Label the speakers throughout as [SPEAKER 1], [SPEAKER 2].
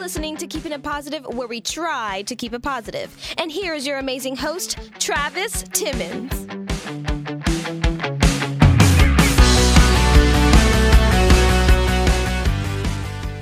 [SPEAKER 1] listening to Keeping It Positive, where we try to keep it positive. And here is your amazing host, Travis Timmons.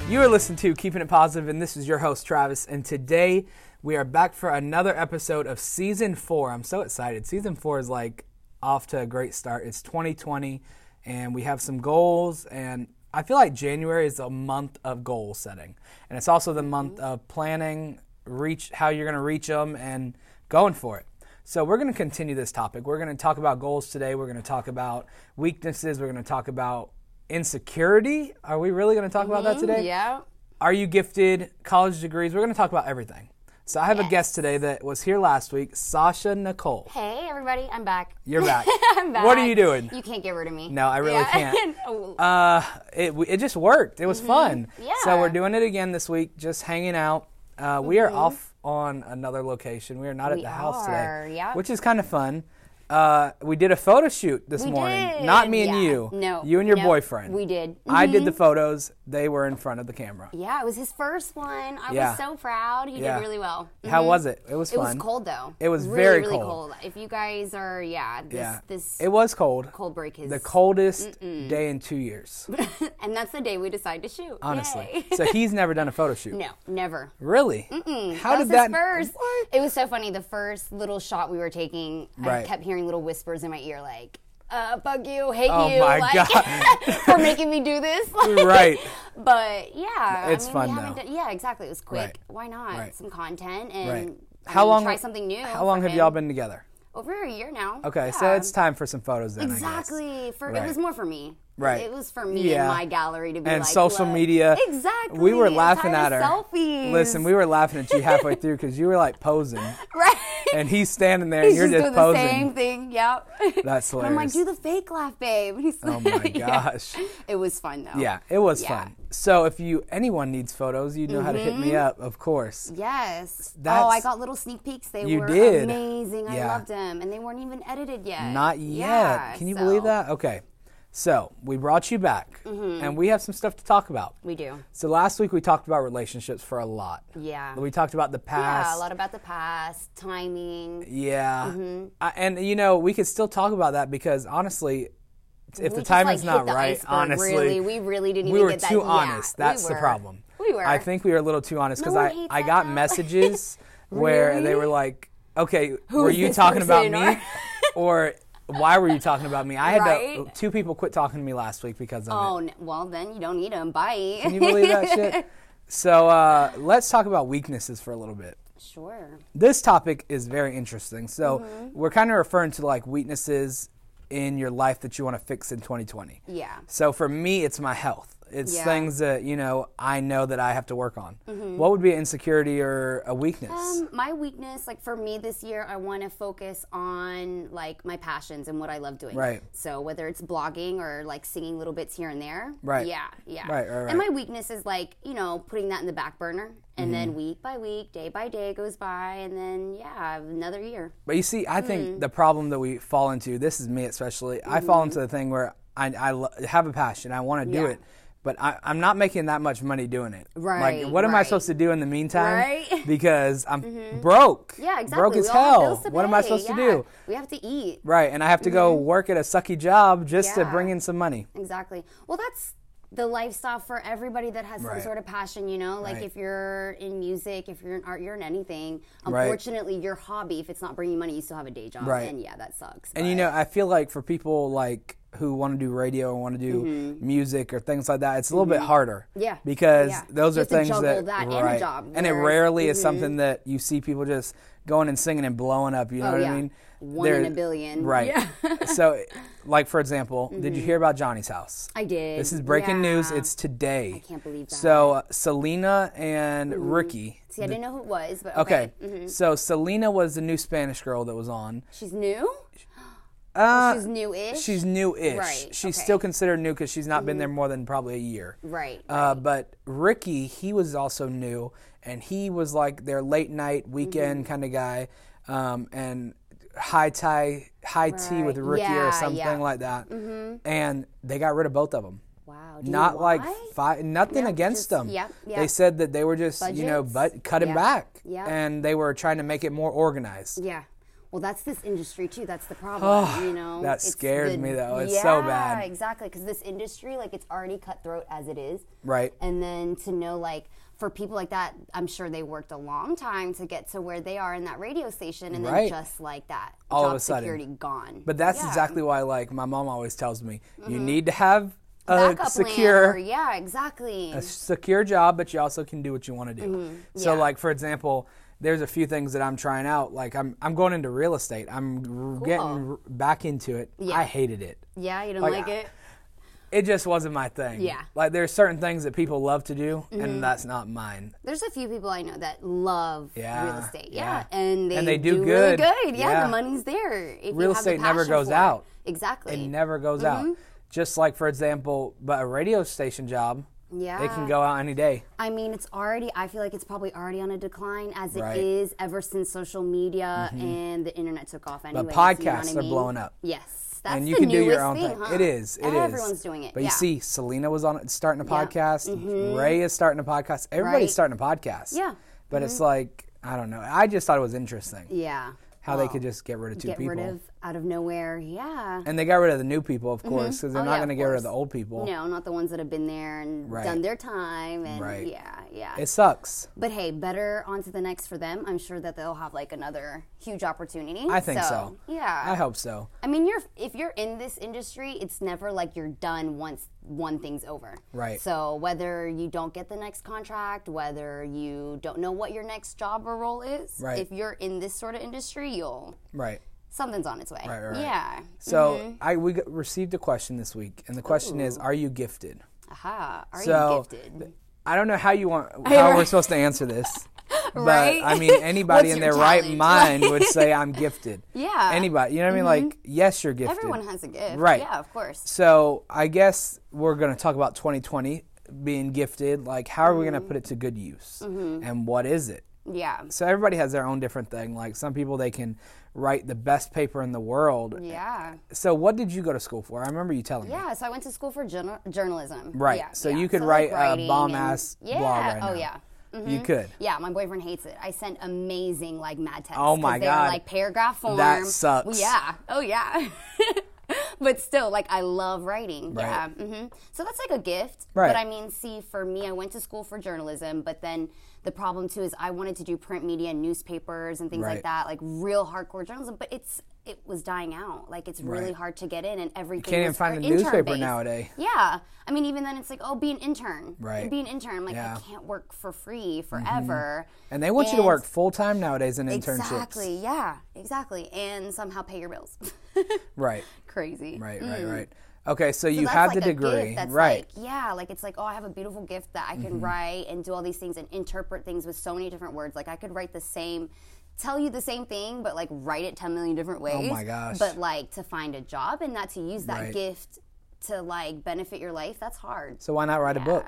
[SPEAKER 2] You are listening to Keeping It Positive, and this is your host, Travis. And today we are back for another episode of season four. I'm so excited. Season four is like off to a great start. It's 2020, and we have some goals. And I feel like January is a month of goal setting, and it's also the month of planning, reach how you're going to reach them, and going for it. So we're going to continue this topic. We're going to talk about goals today. We're going to talk about weaknesses. We're going to talk about insecurity. Are we really going to talk about that today?
[SPEAKER 3] Yeah.
[SPEAKER 2] Are you gifted? College degrees. We're going to talk about everything. So I have a guest today that was here last week, Sasha Nicole.
[SPEAKER 3] Hey, everybody, I'm back.
[SPEAKER 2] You're back.
[SPEAKER 3] I'm back.
[SPEAKER 2] What are you doing?
[SPEAKER 3] You can't get rid of me.
[SPEAKER 2] No, I really can't.
[SPEAKER 3] oh,
[SPEAKER 2] Uh, it it just worked. It was fun. So
[SPEAKER 3] Mm-hmm. Yeah.
[SPEAKER 2] we're doing it again this week, just hanging out. Uh, we are off on another location. We are not at
[SPEAKER 3] Mm-hmm. We
[SPEAKER 2] the house
[SPEAKER 3] are,
[SPEAKER 2] today,
[SPEAKER 3] yep.
[SPEAKER 2] which is kind of fun. Uh, we did a photo shoot this morning. Not me and
[SPEAKER 3] Yeah.
[SPEAKER 2] you.
[SPEAKER 3] No.
[SPEAKER 2] You and your
[SPEAKER 3] No.
[SPEAKER 2] boyfriend.
[SPEAKER 3] We did. Mm-hmm.
[SPEAKER 2] I did the photos. They were in front of the camera.
[SPEAKER 3] yeah, it was his first one. I
[SPEAKER 2] Yeah.
[SPEAKER 3] was so proud. He
[SPEAKER 2] Yeah.
[SPEAKER 3] did really well. Mm-hmm.
[SPEAKER 2] How was it? It was
[SPEAKER 3] It
[SPEAKER 2] fun.
[SPEAKER 3] was cold though.
[SPEAKER 2] It was
[SPEAKER 3] really,
[SPEAKER 2] very
[SPEAKER 3] really
[SPEAKER 2] cold.
[SPEAKER 3] cold. If you guys are, yeah, this,
[SPEAKER 2] Yeah.
[SPEAKER 3] this
[SPEAKER 2] it was cold.
[SPEAKER 3] cold break is,
[SPEAKER 2] The coldest day in two years,
[SPEAKER 3] and that's the day we decide to shoot.
[SPEAKER 2] honestly.
[SPEAKER 3] Yay.
[SPEAKER 2] so he's never done a photo shoot.
[SPEAKER 3] no, never.
[SPEAKER 2] Really? Mm-mm. How
[SPEAKER 3] That's
[SPEAKER 2] did that?
[SPEAKER 3] his first.
[SPEAKER 2] What?
[SPEAKER 3] It was so funny. The first little shot we were taking,
[SPEAKER 2] Right.
[SPEAKER 3] I kept hearing little whispers in my ear, like, uh, "Bug you, hate
[SPEAKER 2] Oh
[SPEAKER 3] you,
[SPEAKER 2] my
[SPEAKER 3] like,
[SPEAKER 2] God.
[SPEAKER 3] for making me do this." Like,
[SPEAKER 2] Right.
[SPEAKER 3] But yeah,
[SPEAKER 2] It's
[SPEAKER 3] I mean,
[SPEAKER 2] fun,
[SPEAKER 3] we haven't
[SPEAKER 2] though.
[SPEAKER 3] Done, yeah, exactly. It was quick.
[SPEAKER 2] Right.
[SPEAKER 3] Why not
[SPEAKER 2] Right.
[SPEAKER 3] some content and
[SPEAKER 2] Right.
[SPEAKER 3] I
[SPEAKER 2] How
[SPEAKER 3] mean,
[SPEAKER 2] long?
[SPEAKER 3] Try something new.
[SPEAKER 2] How long
[SPEAKER 3] for
[SPEAKER 2] have y'all
[SPEAKER 3] him.
[SPEAKER 2] been together?
[SPEAKER 3] Over a year now.
[SPEAKER 2] Okay, so
[SPEAKER 3] Yeah.
[SPEAKER 2] it's time for some photos then. I guess.
[SPEAKER 3] Exactly. For
[SPEAKER 2] Right.
[SPEAKER 3] it was more for me.
[SPEAKER 2] Right.
[SPEAKER 3] It was for me
[SPEAKER 2] Yeah.
[SPEAKER 3] and my gallery to be
[SPEAKER 2] And
[SPEAKER 3] like
[SPEAKER 2] social
[SPEAKER 3] "Look."
[SPEAKER 2] media.
[SPEAKER 3] Exactly.
[SPEAKER 2] We were
[SPEAKER 3] I'm
[SPEAKER 2] laughing at
[SPEAKER 3] tired
[SPEAKER 2] her.
[SPEAKER 3] of Selfies.
[SPEAKER 2] Listen, we were laughing at you halfway through because you were like posing,
[SPEAKER 3] right.
[SPEAKER 2] and he's standing there, and
[SPEAKER 3] He's
[SPEAKER 2] you're
[SPEAKER 3] just,
[SPEAKER 2] just,
[SPEAKER 3] doing
[SPEAKER 2] posing.
[SPEAKER 3] the same thing. Yep.
[SPEAKER 2] That's
[SPEAKER 3] And I'm
[SPEAKER 2] hilarious.
[SPEAKER 3] like, do the fake laugh, babe. And he's
[SPEAKER 2] Oh my
[SPEAKER 3] like,
[SPEAKER 2] gosh.
[SPEAKER 3] It was fun though.
[SPEAKER 2] Yeah, it was
[SPEAKER 3] Yeah.
[SPEAKER 2] fun. So if you anyone needs photos, you know how to hit me
[SPEAKER 3] Mm-hmm.
[SPEAKER 2] up, of course.
[SPEAKER 3] Yes. oh, I
[SPEAKER 2] That's-
[SPEAKER 3] got little sneak peeks. They
[SPEAKER 2] You
[SPEAKER 3] were
[SPEAKER 2] did.
[SPEAKER 3] amazing. I
[SPEAKER 2] Yeah.
[SPEAKER 3] loved them, and they weren't even edited yet.
[SPEAKER 2] Not yet.
[SPEAKER 3] Yeah,
[SPEAKER 2] Can you
[SPEAKER 3] so- Mm-hmm.
[SPEAKER 2] believe that? Okay. So we brought you back, and we have some stuff to talk about.
[SPEAKER 3] We do.
[SPEAKER 2] So last week we talked about relationships for a lot.
[SPEAKER 3] Yeah.
[SPEAKER 2] We talked about the past.
[SPEAKER 3] Yeah, a lot Mm-hmm. about the past, timing.
[SPEAKER 2] Yeah. I, and you know we could still talk about that because honestly, t- if the
[SPEAKER 3] We just,
[SPEAKER 2] timing's
[SPEAKER 3] like,
[SPEAKER 2] not
[SPEAKER 3] hit the
[SPEAKER 2] right,
[SPEAKER 3] iceberg,
[SPEAKER 2] honestly,
[SPEAKER 3] really. We really didn't
[SPEAKER 2] we
[SPEAKER 3] even
[SPEAKER 2] were
[SPEAKER 3] get that-
[SPEAKER 2] too
[SPEAKER 3] yeah,
[SPEAKER 2] honest.
[SPEAKER 3] we
[SPEAKER 2] That's the
[SPEAKER 3] were.
[SPEAKER 2] problem.
[SPEAKER 3] We were.
[SPEAKER 2] I think we were a little too honest because
[SPEAKER 3] No one
[SPEAKER 2] I
[SPEAKER 3] hates
[SPEAKER 2] I
[SPEAKER 3] that,
[SPEAKER 2] got
[SPEAKER 3] though.
[SPEAKER 2] messages where they were like, "Okay, were
[SPEAKER 3] is
[SPEAKER 2] you
[SPEAKER 3] this
[SPEAKER 2] talking about
[SPEAKER 3] person?"
[SPEAKER 2] me?" or why were you talking about me? I had to,
[SPEAKER 3] Right?
[SPEAKER 2] two people quit talking to me last week because of it.
[SPEAKER 3] Oh, n- well, then you don't need them. Bye.
[SPEAKER 2] Can you believe that shit? So uh, let's talk about weaknesses for a little bit.
[SPEAKER 3] sure.
[SPEAKER 2] this topic is very interesting. So
[SPEAKER 3] Mm-hmm.
[SPEAKER 2] we're kind of referring to like weaknesses in your life that you want to fix in 2020.
[SPEAKER 3] Yeah.
[SPEAKER 2] So for me, it's my health. It's
[SPEAKER 3] Yeah. Mm-hmm.
[SPEAKER 2] things that you know I know that I have to work on. What would be an insecurity or a weakness?
[SPEAKER 3] Um, my weakness, like for me this year, I want to focus on like my passions and what I love doing.
[SPEAKER 2] Right.
[SPEAKER 3] So whether it's blogging or like singing little bits here and there.
[SPEAKER 2] Right.
[SPEAKER 3] Yeah. Yeah.
[SPEAKER 2] Right, right,
[SPEAKER 3] And
[SPEAKER 2] right.
[SPEAKER 3] my weakness is like you know putting that in the back burner, and
[SPEAKER 2] Mm-hmm.
[SPEAKER 3] then week by week, day by day goes by, and then yeah, another year.
[SPEAKER 2] But you see, I
[SPEAKER 3] Mm.
[SPEAKER 2] think the problem that we fall into, this is me especially, I fall into the thing where I, I lo- have a passion, I want to do
[SPEAKER 3] Mm-hmm. Yeah.
[SPEAKER 2] it, but I, I'm not making that much money doing it.
[SPEAKER 3] Right,
[SPEAKER 2] Like, what am I
[SPEAKER 3] right.
[SPEAKER 2] supposed to do in the meantime?
[SPEAKER 3] Right. Mm-hmm.
[SPEAKER 2] Because I'm broke.
[SPEAKER 3] Yeah. Exactly.
[SPEAKER 2] Broke as
[SPEAKER 3] we all have
[SPEAKER 2] hell.
[SPEAKER 3] bills to
[SPEAKER 2] what am I
[SPEAKER 3] pay,
[SPEAKER 2] supposed to
[SPEAKER 3] yeah.
[SPEAKER 2] do?
[SPEAKER 3] We have to eat.
[SPEAKER 2] Right. And I have to go work at a sucky job just to
[SPEAKER 3] Yeah.
[SPEAKER 2] bring in some money.
[SPEAKER 3] Exactly. Well, that's the lifestyle for everybody that has some
[SPEAKER 2] Right.
[SPEAKER 3] sort of passion, you know? Like
[SPEAKER 2] Right.
[SPEAKER 3] if you're in music, if you're in art, you're in anything.
[SPEAKER 2] Right.
[SPEAKER 3] Unfortunately, your hobby, if it's not bringing money, you still have a day job.
[SPEAKER 2] Right.
[SPEAKER 3] And yeah, that sucks.
[SPEAKER 2] And you know, I feel like for people like who want to do radio and want to do music or things like that, it's a little bit harder.
[SPEAKER 3] Mm-hmm. Yeah.
[SPEAKER 2] Because
[SPEAKER 3] Yeah.
[SPEAKER 2] those are
[SPEAKER 3] You have to
[SPEAKER 2] things
[SPEAKER 3] juggle
[SPEAKER 2] that,
[SPEAKER 3] that and a
[SPEAKER 2] right.
[SPEAKER 3] job, Mm-hmm.
[SPEAKER 2] And it
[SPEAKER 3] whereas-
[SPEAKER 2] rarely is something that you see people just going and singing and blowing up. You know
[SPEAKER 3] Oh,
[SPEAKER 2] what I
[SPEAKER 3] yeah.
[SPEAKER 2] mean?
[SPEAKER 3] One in a billion.
[SPEAKER 2] Right. so, like for example, did you hear about Johnny's house?
[SPEAKER 3] Mm-hmm. I did.
[SPEAKER 2] This is breaking news.
[SPEAKER 3] Yeah.
[SPEAKER 2] It's today. I
[SPEAKER 3] can't believe that. Mm-hmm.
[SPEAKER 2] So uh, Selena and Ricky.
[SPEAKER 3] See, I Mm-hmm. didn't know who it was, but okay.
[SPEAKER 2] Okay. So Selena was the new Spanish girl that was on.
[SPEAKER 3] She's new?
[SPEAKER 2] Uh,
[SPEAKER 3] She's new-ish?
[SPEAKER 2] She's new-ish.
[SPEAKER 3] Right,
[SPEAKER 2] She's
[SPEAKER 3] okay. Mm.
[SPEAKER 2] still considered new because she's not been there more than probably a year.
[SPEAKER 3] Right,
[SPEAKER 2] Uh, but Ricky, he was also new, and he was like their late night weekend
[SPEAKER 3] Mm-hmm.
[SPEAKER 2] kind of guy, um, and high tie, high tea with
[SPEAKER 3] Right.
[SPEAKER 2] Ricky
[SPEAKER 3] Yeah,
[SPEAKER 2] or something
[SPEAKER 3] yeah.
[SPEAKER 2] like that. Mm-hmm. And they got rid of both of them.
[SPEAKER 3] Wow. Oh, Do you
[SPEAKER 2] not
[SPEAKER 3] know
[SPEAKER 2] like
[SPEAKER 3] why?
[SPEAKER 2] fi- nothing against
[SPEAKER 3] just-
[SPEAKER 2] them.
[SPEAKER 3] yep,
[SPEAKER 2] They
[SPEAKER 3] yep.
[SPEAKER 2] said that they were just you know
[SPEAKER 3] Budgets.
[SPEAKER 2] but cutting
[SPEAKER 3] Yeah,
[SPEAKER 2] back,
[SPEAKER 3] yeah.
[SPEAKER 2] and they were trying to make it more organized.
[SPEAKER 3] Yeah. Well, that's this industry too. That's the problem, you know.
[SPEAKER 2] that
[SPEAKER 3] It's
[SPEAKER 2] scares me, though. It's so bad.
[SPEAKER 3] Yeah, exactly. Because this industry, like, it's already cutthroat as it is.
[SPEAKER 2] Right.
[SPEAKER 3] And then to know, like, for people like that, I'm sure they worked a long time to get to where they are in that radio station, and
[SPEAKER 2] Right.
[SPEAKER 3] then just like that,
[SPEAKER 2] All of
[SPEAKER 3] job
[SPEAKER 2] a sudden.
[SPEAKER 3] security gone.
[SPEAKER 2] But that's
[SPEAKER 3] Yeah. Mm-hmm.
[SPEAKER 2] exactly why, like my mom always tells me, you need to have a
[SPEAKER 3] Backup
[SPEAKER 2] secure.
[SPEAKER 3] plan, or- yeah, exactly.
[SPEAKER 2] secure job, but you also can do what you want to do. So,
[SPEAKER 3] Mm-hmm. Yeah.
[SPEAKER 2] like for example, there's a few things that I'm trying out. Like I'm I'm going into real estate. I'm r- getting r- back into it. I hated it.
[SPEAKER 3] yeah, you don't
[SPEAKER 2] like,
[SPEAKER 3] like
[SPEAKER 2] I-
[SPEAKER 3] it.
[SPEAKER 2] It just wasn't my thing.
[SPEAKER 3] Yeah. Mm-hmm.
[SPEAKER 2] Like there's certain things that people love to do, and that's not mine.
[SPEAKER 3] There's a few people I know that love
[SPEAKER 2] Yeah,
[SPEAKER 3] real estate. Yeah.
[SPEAKER 2] yeah.
[SPEAKER 3] And they,
[SPEAKER 2] And they do good.
[SPEAKER 3] really good. Yeah,
[SPEAKER 2] Yeah.
[SPEAKER 3] the money's there. If you
[SPEAKER 2] Real
[SPEAKER 3] have the
[SPEAKER 2] estate never
[SPEAKER 3] passion
[SPEAKER 2] goes
[SPEAKER 3] for it.
[SPEAKER 2] out.
[SPEAKER 3] Exactly.
[SPEAKER 2] It never goes
[SPEAKER 3] Mm-hmm.
[SPEAKER 2] out. Just like for example, but a radio station job, it
[SPEAKER 3] Yeah.
[SPEAKER 2] can go out any day.
[SPEAKER 3] I mean, it's already, I feel like it's probably already on a decline as it is
[SPEAKER 2] Right. Mm-hmm.
[SPEAKER 3] ever since social media and the internet took off anyway.
[SPEAKER 2] podcasts are blowing up.
[SPEAKER 3] Yes. That's
[SPEAKER 2] and you
[SPEAKER 3] the
[SPEAKER 2] can do
[SPEAKER 3] newest
[SPEAKER 2] your own
[SPEAKER 3] thing,
[SPEAKER 2] thing.
[SPEAKER 3] huh?
[SPEAKER 2] It is. It is.
[SPEAKER 3] Everyone's doing it.
[SPEAKER 2] But
[SPEAKER 3] yeah. Mm-hmm.
[SPEAKER 2] you see, Selena was on starting a podcast. Ray is starting a podcast. Everybody's
[SPEAKER 3] Right.
[SPEAKER 2] starting a podcast.
[SPEAKER 3] Yeah. Mm-hmm.
[SPEAKER 2] But it's like I don't know. I just thought it was interesting
[SPEAKER 3] Yeah.
[SPEAKER 2] how they could just get rid of two
[SPEAKER 3] Get
[SPEAKER 2] people,
[SPEAKER 3] rid of out of nowhere. Yeah.
[SPEAKER 2] and they got rid of the new people, of course, because they're
[SPEAKER 3] Oh,
[SPEAKER 2] not
[SPEAKER 3] yeah,
[SPEAKER 2] going to
[SPEAKER 3] of
[SPEAKER 2] get rid of
[SPEAKER 3] course.
[SPEAKER 2] the old people.
[SPEAKER 3] No, not the ones that have been there and
[SPEAKER 2] Oh. Right.
[SPEAKER 3] done their time. And
[SPEAKER 2] Right.
[SPEAKER 3] yeah, yeah.
[SPEAKER 2] It sucks.
[SPEAKER 3] But hey, better on to the next for them. I'm sure that they'll have like another huge opportunity.
[SPEAKER 2] I think so.
[SPEAKER 3] Yeah.
[SPEAKER 2] I hope so.
[SPEAKER 3] I mean, you're if you're in this industry, it's never like you're done once one thing's over.
[SPEAKER 2] Right.
[SPEAKER 3] So whether you don't get the next contract, whether you don't know what your next job or role is,
[SPEAKER 2] Right.
[SPEAKER 3] if you're in this sort of industry, you'll
[SPEAKER 2] Right.
[SPEAKER 3] something's on its way.
[SPEAKER 2] Right, right, right.
[SPEAKER 3] Yeah.
[SPEAKER 2] So
[SPEAKER 3] Mm-hmm.
[SPEAKER 2] I we got, received a question this week, and the question is, are you gifted?
[SPEAKER 3] Aha. Are
[SPEAKER 2] So,
[SPEAKER 3] you gifted?
[SPEAKER 2] th- I don't know how you want how we're supposed to answer this. But I mean, anybody
[SPEAKER 3] What's
[SPEAKER 2] in their
[SPEAKER 3] your
[SPEAKER 2] right
[SPEAKER 3] talent?
[SPEAKER 2] mind would say I'm gifted.
[SPEAKER 3] Yeah. Mm-hmm.
[SPEAKER 2] Anybody, you know what I mean? Like, yes, you're gifted.
[SPEAKER 3] Everyone has a gift.
[SPEAKER 2] Right.
[SPEAKER 3] Yeah, of course.
[SPEAKER 2] So I guess we're going to talk about 2020 being gifted. Like, how are we
[SPEAKER 3] Mm-hmm.
[SPEAKER 2] going to put it to good use? And what is it?
[SPEAKER 3] Yeah.
[SPEAKER 2] So everybody has their own different thing. Like some people they can write the best paper in the world.
[SPEAKER 3] Yeah.
[SPEAKER 2] So what did you go to school for? I remember you telling me.
[SPEAKER 3] Yeah, so I went to school for journal- journalism.
[SPEAKER 2] Right.
[SPEAKER 3] Yeah,
[SPEAKER 2] So
[SPEAKER 3] yeah.
[SPEAKER 2] you could
[SPEAKER 3] like,
[SPEAKER 2] write a
[SPEAKER 3] writing
[SPEAKER 2] bomb-ass
[SPEAKER 3] and- yeah.
[SPEAKER 2] blog right now.
[SPEAKER 3] Oh yeah.
[SPEAKER 2] You could.
[SPEAKER 3] Yeah, my boyfriend hates it. I sent amazing like mad texts.
[SPEAKER 2] Oh, my
[SPEAKER 3] 'cause they were,
[SPEAKER 2] God.
[SPEAKER 3] like paragraph form.
[SPEAKER 2] That sucks.
[SPEAKER 3] Well, yeah. Oh yeah. but still, like I love writing.
[SPEAKER 2] Right.
[SPEAKER 3] Yeah. hmm So that's like a gift.
[SPEAKER 2] Right.
[SPEAKER 3] But I mean, see, for me, I went to school for journalism, but then the problem too is I wanted to do print media, and newspapers, and things
[SPEAKER 2] Right.
[SPEAKER 3] like that, like real hardcore journalism. But it's it was dying out. Like it's really
[SPEAKER 2] Right.
[SPEAKER 3] hard to get in, and everything.
[SPEAKER 2] can't even
[SPEAKER 3] was
[SPEAKER 2] find
[SPEAKER 3] for
[SPEAKER 2] a newspaper
[SPEAKER 3] intern-based.
[SPEAKER 2] nowadays.
[SPEAKER 3] Yeah. I mean, even then, it's like, oh, be an intern.
[SPEAKER 2] Right.
[SPEAKER 3] Be an intern. I'm like,
[SPEAKER 2] Yeah. Mm-hmm.
[SPEAKER 3] I can't work for free forever.
[SPEAKER 2] And they want you to work full time nowadays in internships.
[SPEAKER 3] Exactly. Yeah. Exactly. And somehow pay your bills.
[SPEAKER 2] Right.
[SPEAKER 3] Crazy.
[SPEAKER 2] Right, right, right. Okay, so you
[SPEAKER 3] Mm. That's
[SPEAKER 2] have
[SPEAKER 3] like
[SPEAKER 2] the
[SPEAKER 3] a gift
[SPEAKER 2] degree,
[SPEAKER 3] that's
[SPEAKER 2] right? Mm-hmm.
[SPEAKER 3] Like, yeah, like it's like, oh, I have a beautiful gift that I can write and do all these things and interpret things with so many different words. Like I could write the same, tell you the same thing, but like write it ten million different
[SPEAKER 2] Oh
[SPEAKER 3] ways.
[SPEAKER 2] my gosh.
[SPEAKER 3] But like to find a job and not to use that
[SPEAKER 2] Right.
[SPEAKER 3] gift to like benefit your life, that's hard.
[SPEAKER 2] so why not write a book?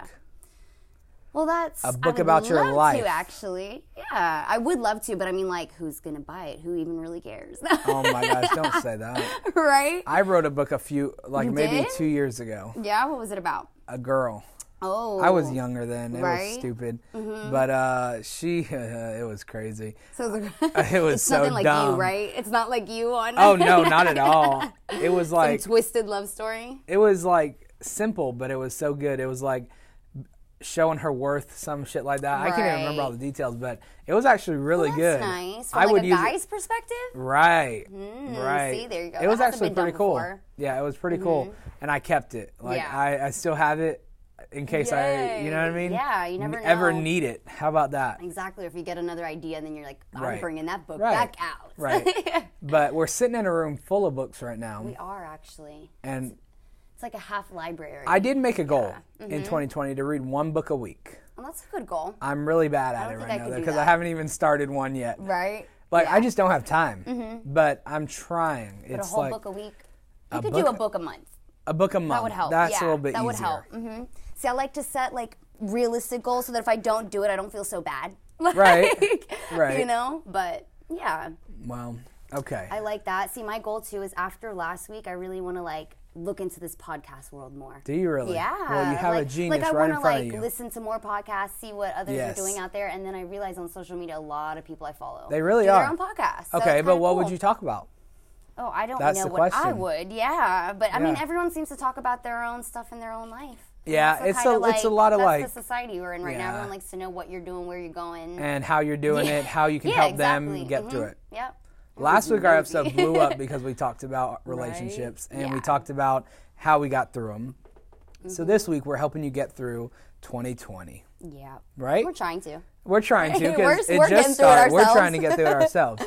[SPEAKER 3] Well, that's a
[SPEAKER 2] book about your life.
[SPEAKER 3] To, actually, yeah, I would love to, but I mean, like, who's gonna buy it? Who even really cares,
[SPEAKER 2] Oh my gosh, don't say that.
[SPEAKER 3] right?
[SPEAKER 2] I wrote a book a few, like maybe
[SPEAKER 3] did?
[SPEAKER 2] two years ago.
[SPEAKER 3] yeah. What was it about?
[SPEAKER 2] A girl.
[SPEAKER 3] Oh,
[SPEAKER 2] I was younger then. It was
[SPEAKER 3] Right? Mm-hmm.
[SPEAKER 2] stupid, but uh, she, it was crazy.
[SPEAKER 3] So the,
[SPEAKER 2] It was
[SPEAKER 3] it's
[SPEAKER 2] so
[SPEAKER 3] nothing like
[SPEAKER 2] dumb.
[SPEAKER 3] you, right? It's not like you on.
[SPEAKER 2] Oh no, not at all. It was like
[SPEAKER 3] twisted love story.
[SPEAKER 2] it was like simple, but it was so good. It was like showing her worth, some shit like that. I can't even remember
[SPEAKER 3] Right.
[SPEAKER 2] all the details, but it was actually really
[SPEAKER 3] That's
[SPEAKER 2] good.
[SPEAKER 3] nice. From
[SPEAKER 2] I
[SPEAKER 3] like
[SPEAKER 2] would
[SPEAKER 3] a
[SPEAKER 2] use it-
[SPEAKER 3] guy's perspective.
[SPEAKER 2] Right. right.
[SPEAKER 3] Mm, see, there you go.
[SPEAKER 2] It was
[SPEAKER 3] That hasn't
[SPEAKER 2] actually
[SPEAKER 3] been
[SPEAKER 2] pretty
[SPEAKER 3] done
[SPEAKER 2] cool.
[SPEAKER 3] before. Mm-hmm.
[SPEAKER 2] Yeah, it was pretty cool, and I kept it. Like
[SPEAKER 3] Yeah.
[SPEAKER 2] I, I still have it in case I, you know what I
[SPEAKER 3] Yay.
[SPEAKER 2] mean?
[SPEAKER 3] Yeah, you
[SPEAKER 2] N-
[SPEAKER 3] never
[SPEAKER 2] ever
[SPEAKER 3] know.
[SPEAKER 2] need it. How about that?
[SPEAKER 3] Exactly. If you get another idea, then you're like, I'm
[SPEAKER 2] Right.
[SPEAKER 3] bringing that book
[SPEAKER 2] Right.
[SPEAKER 3] back out.
[SPEAKER 2] Right. but we're sitting in a room full of books right now,
[SPEAKER 3] We are actually.
[SPEAKER 2] and
[SPEAKER 3] It's like a half library.
[SPEAKER 2] I did make a goal in
[SPEAKER 3] Mm-hmm.
[SPEAKER 2] 2020 to read one book a week.
[SPEAKER 3] and that's a good goal,
[SPEAKER 2] I'm really bad at it
[SPEAKER 3] don't think
[SPEAKER 2] right
[SPEAKER 3] I
[SPEAKER 2] now
[SPEAKER 3] could
[SPEAKER 2] though,
[SPEAKER 3] do
[SPEAKER 2] because I
[SPEAKER 3] that.
[SPEAKER 2] haven't even started one yet.
[SPEAKER 3] right? Mm-hmm.
[SPEAKER 2] Like I just don't have time. But I'm trying.
[SPEAKER 3] But
[SPEAKER 2] it's
[SPEAKER 3] a whole
[SPEAKER 2] like
[SPEAKER 3] book a week.
[SPEAKER 2] a
[SPEAKER 3] You could
[SPEAKER 2] book
[SPEAKER 3] do a
[SPEAKER 2] a-
[SPEAKER 3] book a month.
[SPEAKER 2] a book a month.
[SPEAKER 3] That would help.
[SPEAKER 2] That's
[SPEAKER 3] yeah,
[SPEAKER 2] a little bit
[SPEAKER 3] that
[SPEAKER 2] easier.
[SPEAKER 3] would help. hmm See, I like to set like realistic goals so that if I don't do it, I don't feel so bad. Like,
[SPEAKER 2] Right. Right.
[SPEAKER 3] You know, but yeah,
[SPEAKER 2] Well, okay.
[SPEAKER 3] I like that. See, my goal too is after last week, I really want to like look into this podcast world more.
[SPEAKER 2] Do you really?
[SPEAKER 3] Yeah.
[SPEAKER 2] Well, you have a
[SPEAKER 3] like,
[SPEAKER 2] genius
[SPEAKER 3] like I
[SPEAKER 2] right in
[SPEAKER 3] wanna,
[SPEAKER 2] front
[SPEAKER 3] like,
[SPEAKER 2] of you.
[SPEAKER 3] Listen to more podcasts, see what others
[SPEAKER 2] Yes.
[SPEAKER 3] are doing out there, and then I realize on social media a lot of people I follow
[SPEAKER 2] They really
[SPEAKER 3] do
[SPEAKER 2] are.
[SPEAKER 3] their own podcasts. So
[SPEAKER 2] okay,
[SPEAKER 3] it's
[SPEAKER 2] but
[SPEAKER 3] kinda
[SPEAKER 2] what
[SPEAKER 3] cool.
[SPEAKER 2] would you talk about?
[SPEAKER 3] Oh, I don't
[SPEAKER 2] That's
[SPEAKER 3] know
[SPEAKER 2] the
[SPEAKER 3] what I
[SPEAKER 2] question.
[SPEAKER 3] would. Yeah, but I mean,
[SPEAKER 2] Yeah.
[SPEAKER 3] everyone seems to talk about their own stuff in their own life. And
[SPEAKER 2] Yeah,
[SPEAKER 3] that's
[SPEAKER 2] it's
[SPEAKER 3] kinda
[SPEAKER 2] a- it's a lot of
[SPEAKER 3] that's
[SPEAKER 2] like-
[SPEAKER 3] the society we're in right
[SPEAKER 2] Yeah.
[SPEAKER 3] now. Everyone likes to know what you're doing, where you're going,
[SPEAKER 2] And how you're doing it, how you can
[SPEAKER 3] Yeah,
[SPEAKER 2] help
[SPEAKER 3] exactly.
[SPEAKER 2] them get through
[SPEAKER 3] Mhm.
[SPEAKER 2] it.
[SPEAKER 3] Yep.
[SPEAKER 2] Last week, our episode blew up because we talked about relationships and we
[SPEAKER 3] Yeah. Mm-hmm.
[SPEAKER 2] talked about how we got through them. So this week, we're helping you get through 2020,
[SPEAKER 3] Yeah.
[SPEAKER 2] right?
[SPEAKER 3] We're trying to.
[SPEAKER 2] We're trying to
[SPEAKER 3] We're
[SPEAKER 2] because
[SPEAKER 3] just-
[SPEAKER 2] it
[SPEAKER 3] we're
[SPEAKER 2] just
[SPEAKER 3] getting through it
[SPEAKER 2] started. We're trying
[SPEAKER 3] ourselves.
[SPEAKER 2] to get through it ourselves.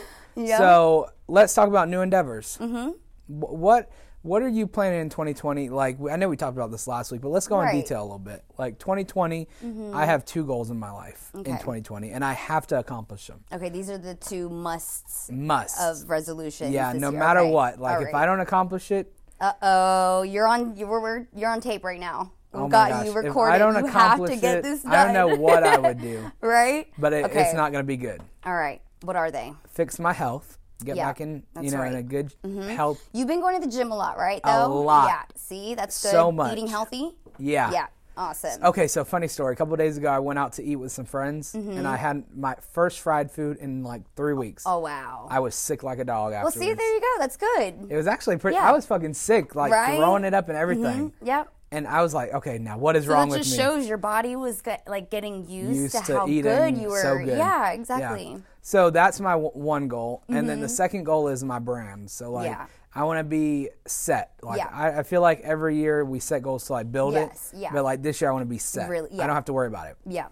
[SPEAKER 2] So let's talk about new endeavors. Mm-hmm. What What are you planning in 2020? Like I know we talked about this last week, but let's go in
[SPEAKER 3] Right. Mm-hmm.
[SPEAKER 2] detail a little bit. Like 2020, I have two goals in my life in 2020, and I have to accomplish them.
[SPEAKER 3] Okay, these are the two musts
[SPEAKER 2] Must.
[SPEAKER 3] of resolutions.
[SPEAKER 2] yeah, no matter what. Like if I don't accomplish it,
[SPEAKER 3] Uh oh, you're on. You were, we're you're on tape right now. We've
[SPEAKER 2] oh my
[SPEAKER 3] got
[SPEAKER 2] gosh,
[SPEAKER 3] you
[SPEAKER 2] if
[SPEAKER 3] recorded.
[SPEAKER 2] I don't
[SPEAKER 3] you have
[SPEAKER 2] accomplish
[SPEAKER 3] to get
[SPEAKER 2] it,
[SPEAKER 3] this done.
[SPEAKER 2] I don't know what I would do,
[SPEAKER 3] right?
[SPEAKER 2] but it,
[SPEAKER 3] Okay.
[SPEAKER 2] it's not going to be good.
[SPEAKER 3] All right. What are they?
[SPEAKER 2] Fix my health. Get
[SPEAKER 3] Yeah,
[SPEAKER 2] back in, you
[SPEAKER 3] that's
[SPEAKER 2] know, in
[SPEAKER 3] right.
[SPEAKER 2] a
[SPEAKER 3] Mm-hmm.
[SPEAKER 2] good health
[SPEAKER 3] You've been going to the gym a lot, right? Though
[SPEAKER 2] lot.
[SPEAKER 3] Yeah. See, that's good.
[SPEAKER 2] So much. Ah. Oh.
[SPEAKER 3] Eating healthy.
[SPEAKER 2] Yeah.
[SPEAKER 3] Yeah. Awesome.
[SPEAKER 2] Okay, so funny story. A couple days ago, I went out to eat with some friends, and I had my first fried food in like three weeks.
[SPEAKER 3] Mm-hmm. Oh wow.
[SPEAKER 2] I was sick like a dog
[SPEAKER 3] well,
[SPEAKER 2] afterwards.
[SPEAKER 3] see, there you go. That's good.
[SPEAKER 2] it was actually pretty.
[SPEAKER 3] Yeah.
[SPEAKER 2] I was fucking sick, like
[SPEAKER 3] Right?
[SPEAKER 2] throwing it up and everything.
[SPEAKER 3] Mm-hmm. Yep.
[SPEAKER 2] And I was like, okay, now what is wrong
[SPEAKER 3] that
[SPEAKER 2] with
[SPEAKER 3] just
[SPEAKER 2] me?
[SPEAKER 3] shows your body was get, like getting used,
[SPEAKER 2] used
[SPEAKER 3] to, how
[SPEAKER 2] eating
[SPEAKER 3] good you were.
[SPEAKER 2] so good. Yeah.
[SPEAKER 3] Yeah, exactly. Mm-hmm.
[SPEAKER 2] So that's my w- one goal, and then the second goal is my brand. So like,
[SPEAKER 3] Yeah.
[SPEAKER 2] I want to be set. Like
[SPEAKER 3] Yeah.
[SPEAKER 2] I, I feel like every year we set goals to like build
[SPEAKER 3] Yes,
[SPEAKER 2] it.
[SPEAKER 3] yeah.
[SPEAKER 2] But like this year, I want to be set.
[SPEAKER 3] Really-
[SPEAKER 2] I
[SPEAKER 3] yeah.
[SPEAKER 2] don't have to worry about it.
[SPEAKER 3] Yeah.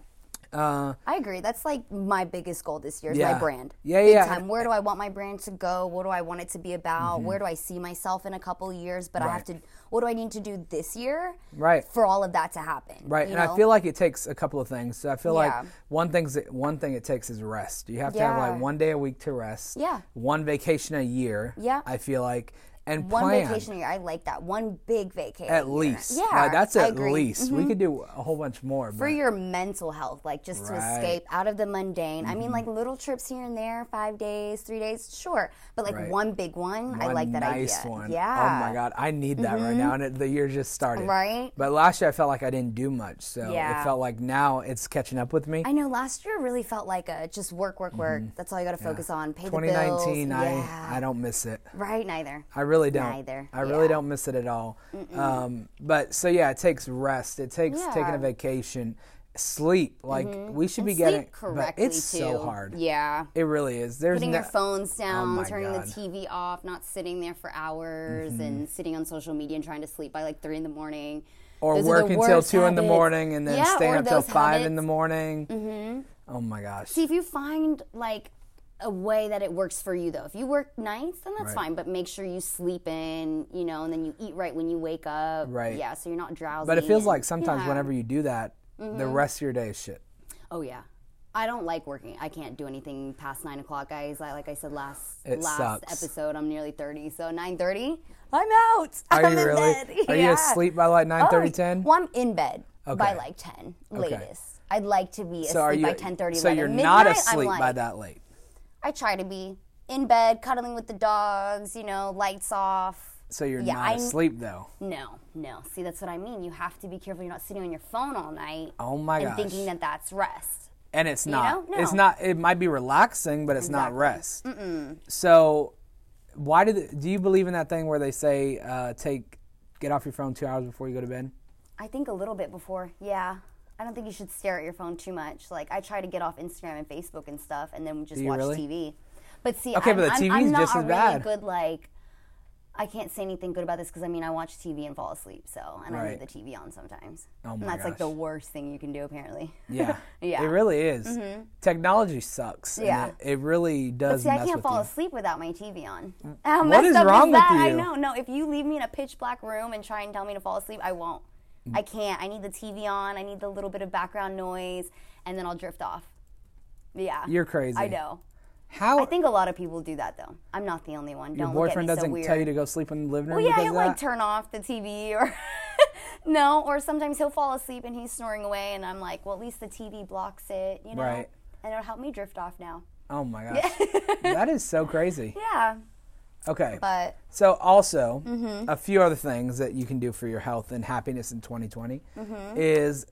[SPEAKER 2] Uh,
[SPEAKER 3] I agree. That's like my biggest goal this year is
[SPEAKER 2] Yeah.
[SPEAKER 3] my brand.
[SPEAKER 2] Yeah,
[SPEAKER 3] Big
[SPEAKER 2] yeah. Mm-hmm.
[SPEAKER 3] Time. Where do I want my brand to go? What do I want it to be about? Where do I see myself in a couple years? But I have to. What do I need to do this year?
[SPEAKER 2] Right.
[SPEAKER 3] For all of that to happen.
[SPEAKER 2] Right,
[SPEAKER 3] you
[SPEAKER 2] and I
[SPEAKER 3] know?
[SPEAKER 2] feel like it takes a couple of things. So I feel
[SPEAKER 3] Yeah.
[SPEAKER 2] like one thing's one thing it takes is rest. You have to have like
[SPEAKER 3] Yeah.
[SPEAKER 2] one day a week to rest.
[SPEAKER 3] Yeah.
[SPEAKER 2] One vacation a year.
[SPEAKER 3] Yeah.
[SPEAKER 2] I feel like and
[SPEAKER 3] one
[SPEAKER 2] plan
[SPEAKER 3] vacation a year. I like that. One big vacation.
[SPEAKER 2] at least.
[SPEAKER 3] Yeah.
[SPEAKER 2] Like, that's
[SPEAKER 3] I
[SPEAKER 2] at
[SPEAKER 3] agree. Mm-hmm.
[SPEAKER 2] least. We could do a whole bunch more.
[SPEAKER 3] for
[SPEAKER 2] but
[SPEAKER 3] your mental health, like just to
[SPEAKER 2] Right. Mm-hmm.
[SPEAKER 3] escape out of the mundane. I mean, like little trips here and there, five days, three days, sure, but like
[SPEAKER 2] Right.
[SPEAKER 3] one big one. I
[SPEAKER 2] one
[SPEAKER 3] like that
[SPEAKER 2] nice
[SPEAKER 3] idea.
[SPEAKER 2] One.
[SPEAKER 3] Yeah. Mm-hmm.
[SPEAKER 2] Oh my god, I need that right now, and it, the year just started.
[SPEAKER 3] Right?
[SPEAKER 2] But last year I felt like I didn't do much, so it
[SPEAKER 3] Yeah.
[SPEAKER 2] felt like now it's catching up with me.
[SPEAKER 3] I know last year really felt like a just work, work, work.
[SPEAKER 2] Mm-hmm.
[SPEAKER 3] That's all you got to focus on. Pay the bills.
[SPEAKER 2] 2019,
[SPEAKER 3] yeah.
[SPEAKER 2] I I don't miss it.
[SPEAKER 3] right. Neither.
[SPEAKER 2] I really don't.
[SPEAKER 3] Neither.
[SPEAKER 2] I really
[SPEAKER 3] Yeah.
[SPEAKER 2] don't miss it at all. Um, but so yeah, it takes rest. It takes taking a
[SPEAKER 3] Yeah. vacation,
[SPEAKER 2] sleep. Like we should be getting.
[SPEAKER 3] Sleep
[SPEAKER 2] but
[SPEAKER 3] correctly
[SPEAKER 2] it's
[SPEAKER 3] too.
[SPEAKER 2] so hard.
[SPEAKER 3] Yeah.
[SPEAKER 2] It really is. There's
[SPEAKER 3] Putting
[SPEAKER 2] no,
[SPEAKER 3] your phones down,
[SPEAKER 2] Oh my
[SPEAKER 3] turning
[SPEAKER 2] God. Mm-hmm.
[SPEAKER 3] the TV off, not sitting there for hours, and sitting on social media and trying to sleep by like three in the morning.
[SPEAKER 2] or
[SPEAKER 3] Those are the
[SPEAKER 2] work until
[SPEAKER 3] worst
[SPEAKER 2] two in the
[SPEAKER 3] habits.
[SPEAKER 2] morning and then
[SPEAKER 3] Yeah,
[SPEAKER 2] staying
[SPEAKER 3] or
[SPEAKER 2] up till
[SPEAKER 3] those
[SPEAKER 2] five in the
[SPEAKER 3] habits.
[SPEAKER 2] morning. Mm-hmm. Oh my gosh.
[SPEAKER 3] See if you find like a way that it works for you though. If you work nights, then that's
[SPEAKER 2] Right.
[SPEAKER 3] fine, but make sure you sleep in, you know, and then you eat right when you wake up.
[SPEAKER 2] Right.
[SPEAKER 3] Yeah, so you're not drowsy.
[SPEAKER 2] but it feels
[SPEAKER 3] and-
[SPEAKER 2] like sometimes
[SPEAKER 3] Yeah. Mm-hmm.
[SPEAKER 2] whenever you do that, the rest of your day is shit.
[SPEAKER 3] Oh yeah. I don't like working. I can't do anything past nine o'clock, guys. I, like I said last
[SPEAKER 2] It
[SPEAKER 3] last
[SPEAKER 2] sucks.
[SPEAKER 3] episode, I'm nearly thirty, so nine thirty, I'm out.
[SPEAKER 2] Are
[SPEAKER 3] I'm
[SPEAKER 2] you
[SPEAKER 3] in
[SPEAKER 2] really?
[SPEAKER 3] Bed.
[SPEAKER 2] Are you
[SPEAKER 3] Yeah.
[SPEAKER 2] asleep by like nine thirty
[SPEAKER 3] Oh,
[SPEAKER 2] ten?
[SPEAKER 3] Well, I'm in bed by
[SPEAKER 2] Okay.
[SPEAKER 3] like ten, latest. I'd like to be asleep
[SPEAKER 2] So are you?
[SPEAKER 3] by 10, 30,
[SPEAKER 2] so you're
[SPEAKER 3] 11.
[SPEAKER 2] not
[SPEAKER 3] Midnight, I'm
[SPEAKER 2] asleep by
[SPEAKER 3] like-
[SPEAKER 2] that late.
[SPEAKER 3] I try to be in bed, cuddling with the dogs, you know, lights off.
[SPEAKER 2] So you're
[SPEAKER 3] Yeah,
[SPEAKER 2] not
[SPEAKER 3] I'm-
[SPEAKER 2] asleep though.
[SPEAKER 3] No, no. See, that's what I mean. You have to be careful. You're not sitting on your phone all night.
[SPEAKER 2] Oh my
[SPEAKER 3] and
[SPEAKER 2] gosh.
[SPEAKER 3] thinking that that's rest.
[SPEAKER 2] and it's not.
[SPEAKER 3] know?
[SPEAKER 2] It's
[SPEAKER 3] No.
[SPEAKER 2] not. It might be relaxing, but it's not rest. So, why do the, do you believe in that thing where they say uh, take get off your phone two hours before you go to bed?
[SPEAKER 3] I think a little bit before. Yeah. I don't think you should stare at your phone too much. Like I try to get off Instagram and Facebook and stuff, and then just
[SPEAKER 2] you
[SPEAKER 3] watch
[SPEAKER 2] really?
[SPEAKER 3] TV. But see,
[SPEAKER 2] Okay,
[SPEAKER 3] I'm,
[SPEAKER 2] but the
[SPEAKER 3] I'm-
[SPEAKER 2] TV
[SPEAKER 3] I'm
[SPEAKER 2] is
[SPEAKER 3] not
[SPEAKER 2] just
[SPEAKER 3] a
[SPEAKER 2] as
[SPEAKER 3] really
[SPEAKER 2] bad.
[SPEAKER 3] good like. I can't say anything good about this because I mean I watch TV and fall asleep, so and I
[SPEAKER 2] Right.
[SPEAKER 3] leave the TV on sometimes.
[SPEAKER 2] Oh
[SPEAKER 3] and
[SPEAKER 2] my
[SPEAKER 3] that's like the
[SPEAKER 2] gosh.
[SPEAKER 3] worst thing you can do apparently.
[SPEAKER 2] Yeah,
[SPEAKER 3] Yeah. Mm-hmm.
[SPEAKER 2] It really is. Technology sucks. and
[SPEAKER 3] Yeah.
[SPEAKER 2] it, it really does
[SPEAKER 3] See, I
[SPEAKER 2] mess
[SPEAKER 3] can't
[SPEAKER 2] with
[SPEAKER 3] fall
[SPEAKER 2] you.
[SPEAKER 3] asleep without my TV on. How
[SPEAKER 2] What
[SPEAKER 3] messed
[SPEAKER 2] is
[SPEAKER 3] up
[SPEAKER 2] wrong with
[SPEAKER 3] that? I
[SPEAKER 2] you?
[SPEAKER 3] know. No, if you leave me in a pitch black room and try and tell me to fall asleep, I won't. I
[SPEAKER 2] Mm.
[SPEAKER 3] can't. I need the TV on. I need the little bit of background noise, and then I'll drift off. Yeah.
[SPEAKER 2] You're crazy.
[SPEAKER 3] I know.
[SPEAKER 2] How
[SPEAKER 3] I think a lot of people do that though. I'm not the only one.
[SPEAKER 2] your
[SPEAKER 3] Don't
[SPEAKER 2] boyfriend
[SPEAKER 3] look at me
[SPEAKER 2] doesn't
[SPEAKER 3] so weird.
[SPEAKER 2] tell you to go sleep in the living room
[SPEAKER 3] Well, yeah,
[SPEAKER 2] because
[SPEAKER 3] he'll
[SPEAKER 2] of that?
[SPEAKER 3] like turn off the TV or no, or sometimes he'll fall asleep and he's snoring away, and I'm like, well, at least the TV blocks it, you know,
[SPEAKER 2] Right.
[SPEAKER 3] and it'll help me drift off now.
[SPEAKER 2] oh my gosh, that is so crazy.
[SPEAKER 3] Yeah.
[SPEAKER 2] Okay.
[SPEAKER 3] But
[SPEAKER 2] So also
[SPEAKER 3] Mm-hmm.
[SPEAKER 2] a few other things that you can do for your health and happiness in 2020
[SPEAKER 3] Mm-hmm.
[SPEAKER 2] is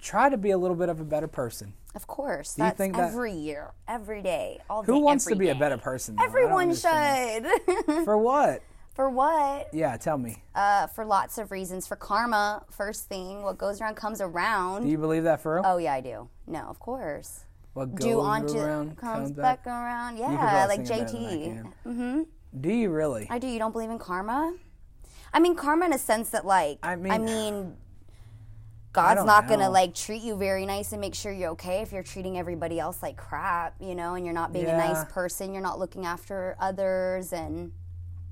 [SPEAKER 2] try to be a little bit of a better person.
[SPEAKER 3] of course,
[SPEAKER 2] you
[SPEAKER 3] that's
[SPEAKER 2] think that-
[SPEAKER 3] every year, every day, all
[SPEAKER 2] Who
[SPEAKER 3] day,
[SPEAKER 2] wants to
[SPEAKER 3] every
[SPEAKER 2] be a
[SPEAKER 3] day.
[SPEAKER 2] better person? though? I don't
[SPEAKER 3] Everyone
[SPEAKER 2] understand.
[SPEAKER 3] should.
[SPEAKER 2] For what?
[SPEAKER 3] for what?
[SPEAKER 2] Yeah, tell me.
[SPEAKER 3] Uh, for lots of reasons. For karma, first thing, what goes around comes around.
[SPEAKER 2] Do you believe that for real?
[SPEAKER 3] oh yeah, I do. No, of course.
[SPEAKER 2] what goes
[SPEAKER 3] do onto
[SPEAKER 2] around
[SPEAKER 3] comes back, around. Yeah, like JT.
[SPEAKER 2] Mm-hmm. Do you really?
[SPEAKER 3] I do. You don't believe in karma? I mean, karma in a sense that, like,
[SPEAKER 2] I
[SPEAKER 3] I
[SPEAKER 2] mean-
[SPEAKER 3] mean,
[SPEAKER 2] don't
[SPEAKER 3] God's not gonna
[SPEAKER 2] know.
[SPEAKER 3] like treat you very nice and make sure you're okay if you're treating everybody else like crap, you know, and you're not being a nice
[SPEAKER 2] Yeah.
[SPEAKER 3] person, you're not looking after others, and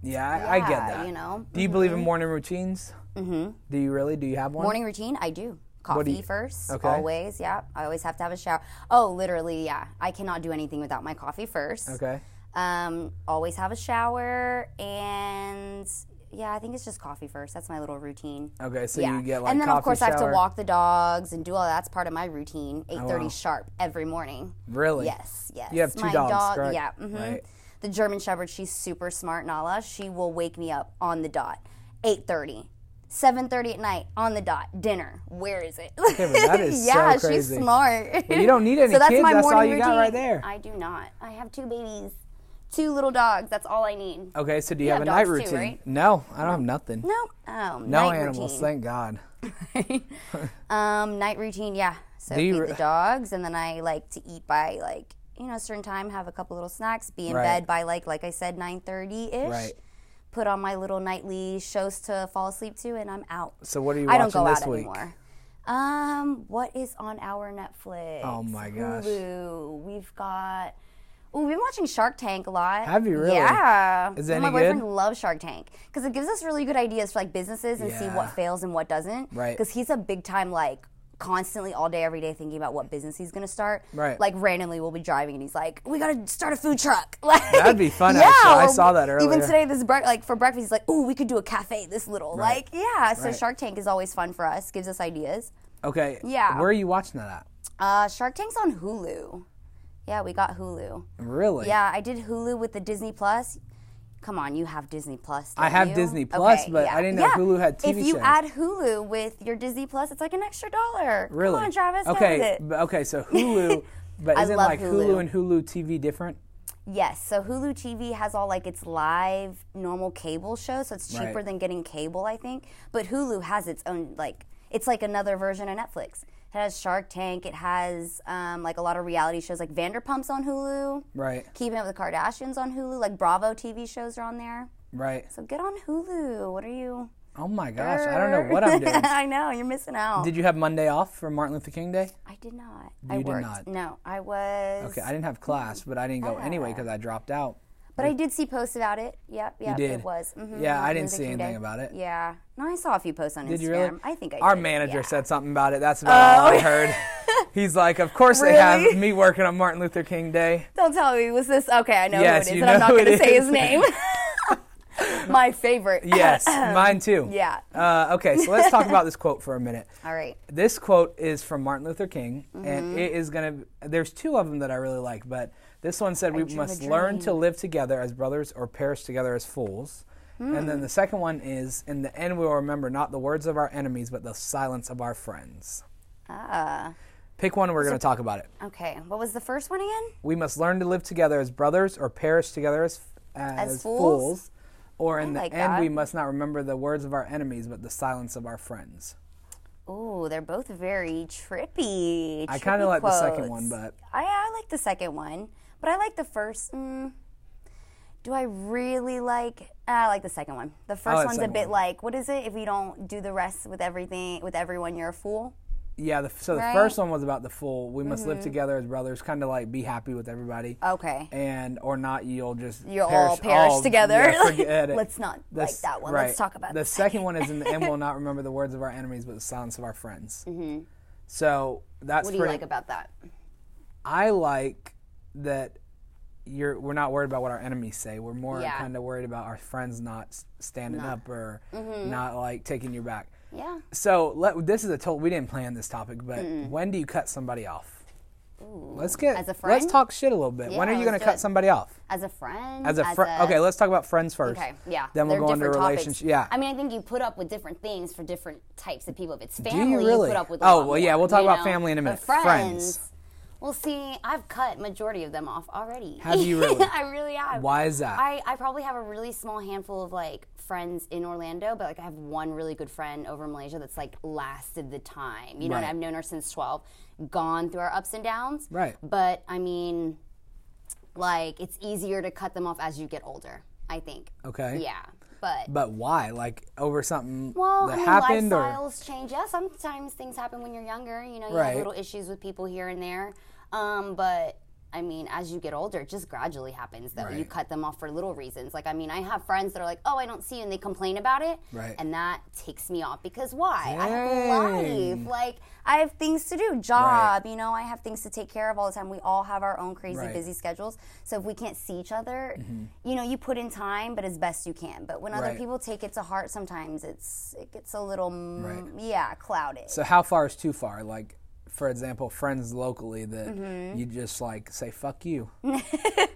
[SPEAKER 2] yeah, I, I get
[SPEAKER 3] Yeah,
[SPEAKER 2] that.
[SPEAKER 3] you know.
[SPEAKER 2] Do you believe in morning routines? Mm-hmm. Do you really? Do you have one?
[SPEAKER 3] morning routine. I do
[SPEAKER 2] do
[SPEAKER 3] coffee
[SPEAKER 2] you-
[SPEAKER 3] first,
[SPEAKER 2] Okay.
[SPEAKER 3] always. Yeah, I always have to have a shower. Oh, literally, yeah. I cannot do anything without my coffee first.
[SPEAKER 2] Okay.
[SPEAKER 3] Um, always have a shower, and yeah, I think it's just coffee first. That's my little routine.
[SPEAKER 2] Okay, so
[SPEAKER 3] yeah.
[SPEAKER 2] you get like
[SPEAKER 3] and then
[SPEAKER 2] coffee
[SPEAKER 3] of course I have to
[SPEAKER 2] shower. Oh,
[SPEAKER 3] walk the dogs and do all that's part of my routine. Eight thirty sharp every morning.
[SPEAKER 2] Really?
[SPEAKER 3] Yes, yes.
[SPEAKER 2] You have two
[SPEAKER 3] my
[SPEAKER 2] dogs,
[SPEAKER 3] dog,
[SPEAKER 2] correct?
[SPEAKER 3] yeah. hmm
[SPEAKER 2] Right.
[SPEAKER 3] The German Shepherd, she's super smart, Nala. She will wake me up on the dot. 8:30. 7:30 at night on the dot. Dinner. Where is it?
[SPEAKER 2] but that is so
[SPEAKER 3] yeah, she's
[SPEAKER 2] crazy.
[SPEAKER 3] smart.
[SPEAKER 2] Well, you don't need any
[SPEAKER 3] so that's
[SPEAKER 2] kids,
[SPEAKER 3] My
[SPEAKER 2] that's all
[SPEAKER 3] morning
[SPEAKER 2] you
[SPEAKER 3] routine.
[SPEAKER 2] got right there.
[SPEAKER 3] I do not. I have two babies, two little dogs. That's all I need.
[SPEAKER 2] Okay, so do you,
[SPEAKER 3] You
[SPEAKER 2] have a
[SPEAKER 3] have
[SPEAKER 2] night
[SPEAKER 3] dogs too,
[SPEAKER 2] routine?
[SPEAKER 3] right?
[SPEAKER 2] No, I don't have nothing.
[SPEAKER 3] No,
[SPEAKER 2] No
[SPEAKER 3] oh, night
[SPEAKER 2] animals,
[SPEAKER 3] routine.
[SPEAKER 2] thank God.
[SPEAKER 3] Um, night routine, yeah. So
[SPEAKER 2] you
[SPEAKER 3] feed
[SPEAKER 2] re-
[SPEAKER 3] the dogs, and then I like to eat by like you know a certain time. Have a couple little snacks. Be in
[SPEAKER 2] Right.
[SPEAKER 3] bed by like like I said nine thirty ish.
[SPEAKER 2] Right.
[SPEAKER 3] Put on my little nightly shows to fall asleep to, and I'm out.
[SPEAKER 2] So what are you
[SPEAKER 3] I don't
[SPEAKER 2] watching
[SPEAKER 3] go
[SPEAKER 2] this
[SPEAKER 3] out
[SPEAKER 2] week?
[SPEAKER 3] anymore. Um, what is on our Netflix?
[SPEAKER 2] Oh my gosh.
[SPEAKER 3] Hulu. We've got. Oh, we've been watching Shark Tank a lot.
[SPEAKER 2] Have you really?
[SPEAKER 3] Yeah.
[SPEAKER 2] Is it
[SPEAKER 3] my
[SPEAKER 2] any
[SPEAKER 3] boyfriend
[SPEAKER 2] good?
[SPEAKER 3] loves Shark Tank because it gives us really good ideas for like businesses and see
[SPEAKER 2] Yeah.
[SPEAKER 3] what fails and what doesn't.
[SPEAKER 2] Right.
[SPEAKER 3] Because he's a big time like constantly all day every day thinking about what business he's gonna start.
[SPEAKER 2] Right.
[SPEAKER 3] Like randomly we'll be driving and he's like, "We gotta start a food truck." Like,
[SPEAKER 2] That'd be fun, actually. I
[SPEAKER 3] or
[SPEAKER 2] saw that earlier.
[SPEAKER 3] Even today, this bre- like for breakfast, he's like, "Oh, we could do a cafe this little."
[SPEAKER 2] Right.
[SPEAKER 3] Like, yeah. So
[SPEAKER 2] Right.
[SPEAKER 3] Shark Tank is always fun for us. Gives us ideas.
[SPEAKER 2] Okay.
[SPEAKER 3] Yeah.
[SPEAKER 2] Where are you watching that at?
[SPEAKER 3] Uh, Shark Tank's on Hulu. Yeah, we got Hulu.
[SPEAKER 2] Really?
[SPEAKER 3] Yeah, I did Hulu with the Disney Plus. Come on, you have Disney Plus.
[SPEAKER 2] I
[SPEAKER 3] don't
[SPEAKER 2] have
[SPEAKER 3] you?
[SPEAKER 2] Disney Plus, but I didn't know Hulu had TV
[SPEAKER 3] If you
[SPEAKER 2] shows.
[SPEAKER 3] add Hulu with your Disney Plus, it's like an extra dollar.
[SPEAKER 2] Really?
[SPEAKER 3] Come on, Travis. get with
[SPEAKER 2] Okay.
[SPEAKER 3] it.
[SPEAKER 2] b- Okay. So Hulu, but
[SPEAKER 3] I
[SPEAKER 2] isn't
[SPEAKER 3] love
[SPEAKER 2] like Hulu.
[SPEAKER 3] Hulu.
[SPEAKER 2] and Hulu TV different?
[SPEAKER 3] Yes, so Hulu TV has all like its live normal cable shows, so it's cheaper
[SPEAKER 2] Right.
[SPEAKER 3] than getting cable, I think. But Hulu has its own like it's like another version of Netflix. It has Shark Tank. It has um, like a lot of reality shows, like Vanderpump's on Hulu.
[SPEAKER 2] Right.
[SPEAKER 3] Keeping Up with the Kardashians on Hulu. Like Bravo TV shows are on there.
[SPEAKER 2] Right.
[SPEAKER 3] So get on Hulu. What are you?
[SPEAKER 2] Oh my gosh, I don't know what I'm doing.
[SPEAKER 3] I know you're missing out.
[SPEAKER 2] Did you have Monday off for Martin Luther King Day?
[SPEAKER 3] I did not. I
[SPEAKER 2] You did
[SPEAKER 3] worked.
[SPEAKER 2] not.
[SPEAKER 3] No, I was.
[SPEAKER 2] Okay, I didn't have class, but I didn't go anyway because I dropped out.
[SPEAKER 3] But I did see posts about it. Yep, yep,
[SPEAKER 2] did.
[SPEAKER 3] it was. Mhm,
[SPEAKER 2] Yeah, I
[SPEAKER 3] Martin
[SPEAKER 2] didn't
[SPEAKER 3] Luther
[SPEAKER 2] see
[SPEAKER 3] King
[SPEAKER 2] anything
[SPEAKER 3] Day.
[SPEAKER 2] about it.
[SPEAKER 3] Yeah, no, I saw a few posts on Instagram.
[SPEAKER 2] Did you really?
[SPEAKER 3] I think I
[SPEAKER 2] Our
[SPEAKER 3] did.
[SPEAKER 2] manager
[SPEAKER 3] yeah. Oh.
[SPEAKER 2] said something about it. That's about all I heard. He's like, of course they have
[SPEAKER 3] Really?
[SPEAKER 2] me working on Martin Luther King Day.
[SPEAKER 3] "Don't tell me was this okay? I know
[SPEAKER 2] Yes,
[SPEAKER 3] who it
[SPEAKER 2] you
[SPEAKER 3] is, and I'm
[SPEAKER 2] know
[SPEAKER 3] not
[SPEAKER 2] who
[SPEAKER 3] going to
[SPEAKER 2] it
[SPEAKER 3] say
[SPEAKER 2] is.
[SPEAKER 3] his name." My favorite.
[SPEAKER 2] Yes, mine too.
[SPEAKER 3] Yeah.
[SPEAKER 2] Uh, okay, so let's talk about this quote for a minute.
[SPEAKER 3] All right. Mm-hmm.
[SPEAKER 2] This quote is from Martin Luther King, and it is going to. There's two of them that I really like, but this one said, "We
[SPEAKER 3] dream a
[SPEAKER 2] must learn to
[SPEAKER 3] dream."
[SPEAKER 2] live together as brothers, or perish together as fools." And
[SPEAKER 3] Mm.
[SPEAKER 2] then the second one is, "In the end, we will remember not the words of our enemies, but the silence of our friends."
[SPEAKER 3] Ah.
[SPEAKER 2] Pick one. We're going to talk about it.
[SPEAKER 3] Okay. What was the first one again?
[SPEAKER 2] We must learn to live together as brothers, or perish together as as,
[SPEAKER 3] fools? Oh
[SPEAKER 2] Or in the
[SPEAKER 3] like
[SPEAKER 2] end,
[SPEAKER 3] that.
[SPEAKER 2] we must not remember the words of our enemies, but the silence of our friends.
[SPEAKER 3] Ooh, they're both very trippy.
[SPEAKER 2] I kinda
[SPEAKER 3] trippy
[SPEAKER 2] like the second
[SPEAKER 3] quotes.
[SPEAKER 2] one, but-
[SPEAKER 3] I, I like the second one, but I like the first. Mm, do I really like? ah, I like the second one. The first
[SPEAKER 2] like the
[SPEAKER 3] one's a
[SPEAKER 2] second
[SPEAKER 3] bit
[SPEAKER 2] one.
[SPEAKER 3] like, what is it? If you don't do the rest with everything, with everyone, you're a fool.
[SPEAKER 2] Yeah, the, so the
[SPEAKER 3] Right? Mm-hmm.
[SPEAKER 2] first one was about the fool. We must live together as brothers, kind of like be happy with everybody.
[SPEAKER 3] Okay.
[SPEAKER 2] And or not, you'll just
[SPEAKER 3] Oh. You'll all perish together.
[SPEAKER 2] yeah,
[SPEAKER 3] Like,
[SPEAKER 2] forget it.
[SPEAKER 3] let's not
[SPEAKER 2] The
[SPEAKER 3] like
[SPEAKER 2] s-
[SPEAKER 3] that one. Let's talk about
[SPEAKER 2] the
[SPEAKER 3] the
[SPEAKER 2] second one. Is in the end, we'll not remember the words of our enemies, but the silence of our friends. Mm-hmm. So that's
[SPEAKER 3] What do you
[SPEAKER 2] pretty-
[SPEAKER 3] like about that?
[SPEAKER 2] I like that you're we're not worried about what our enemies say. We're more
[SPEAKER 3] Yeah.
[SPEAKER 2] kind of worried about our friends not s- standing up or not like taking your back.
[SPEAKER 3] Mm-hmm. Yeah.
[SPEAKER 2] So let, this is a total. We didn't plan this topic, but when do you cut somebody off? Let's get
[SPEAKER 3] As a
[SPEAKER 2] let's
[SPEAKER 3] friend?
[SPEAKER 2] talk shit a little bit. when are
[SPEAKER 3] Yeah,
[SPEAKER 2] you going to
[SPEAKER 3] let's do
[SPEAKER 2] cut
[SPEAKER 3] it.
[SPEAKER 2] somebody off?
[SPEAKER 3] As a friend.
[SPEAKER 2] As a friend. okay, let's talk about friends first.
[SPEAKER 3] Okay, yeah.
[SPEAKER 2] Then we'll
[SPEAKER 3] They're
[SPEAKER 2] go into
[SPEAKER 3] different topics.
[SPEAKER 2] relationship. Yeah.
[SPEAKER 3] I mean, I think you put up with different things for different types of people. If it's
[SPEAKER 2] you
[SPEAKER 3] family,
[SPEAKER 2] really?
[SPEAKER 3] put up with. a
[SPEAKER 2] Oh,
[SPEAKER 3] lot
[SPEAKER 2] well, yeah,
[SPEAKER 3] more,
[SPEAKER 2] we'll talk
[SPEAKER 3] you
[SPEAKER 2] about
[SPEAKER 3] know?
[SPEAKER 2] family in a
[SPEAKER 3] But
[SPEAKER 2] minute.
[SPEAKER 3] Friends.
[SPEAKER 2] Friends.
[SPEAKER 3] Well, see, I've cut majority of them off already.
[SPEAKER 2] Have you really?
[SPEAKER 3] I really have.
[SPEAKER 2] Why is that?
[SPEAKER 3] I, I probably have a really small handful of like friends in Orlando, but like I have one really good friend over in Malaysia that's like lasted the time. You know, and
[SPEAKER 2] Right.
[SPEAKER 3] I've known her since twelve, gone through our ups and downs.
[SPEAKER 2] Right.
[SPEAKER 3] But I mean, like it's easier to cut them off as you get older. I think.
[SPEAKER 2] Okay.
[SPEAKER 3] Yeah, but
[SPEAKER 2] But why? Like over something
[SPEAKER 3] well,
[SPEAKER 2] that
[SPEAKER 3] I mean,
[SPEAKER 2] happened or
[SPEAKER 3] lifestyles change. Yeah, sometimes things happen when you're younger. You know, you
[SPEAKER 2] Right.
[SPEAKER 3] have little issues with people here and there. Um, but I mean, as you get older, it just gradually happens though. You
[SPEAKER 2] Right.
[SPEAKER 3] cut them off for little reasons. Like, I mean, I have friends that are like, "Oh, I don't see you," and they complain about it,
[SPEAKER 2] Right.
[SPEAKER 3] and that takes me off because why? I have
[SPEAKER 2] Dang.
[SPEAKER 3] life. Like, I have things to do, job. You know, I have things to take care of all the time. We all have our own crazy,
[SPEAKER 2] Right. Mm-hmm.
[SPEAKER 3] busy schedules. So if we can't see each other, you know, you put in time, but as best you can. But when other
[SPEAKER 2] Right.
[SPEAKER 3] people take it to heart sometimes it's it gets a little mm,
[SPEAKER 2] Right.
[SPEAKER 3] yeah clouded
[SPEAKER 2] so how far is too far? Like for example, friends locally that
[SPEAKER 3] Mm-hmm.
[SPEAKER 2] you just like say fuck you.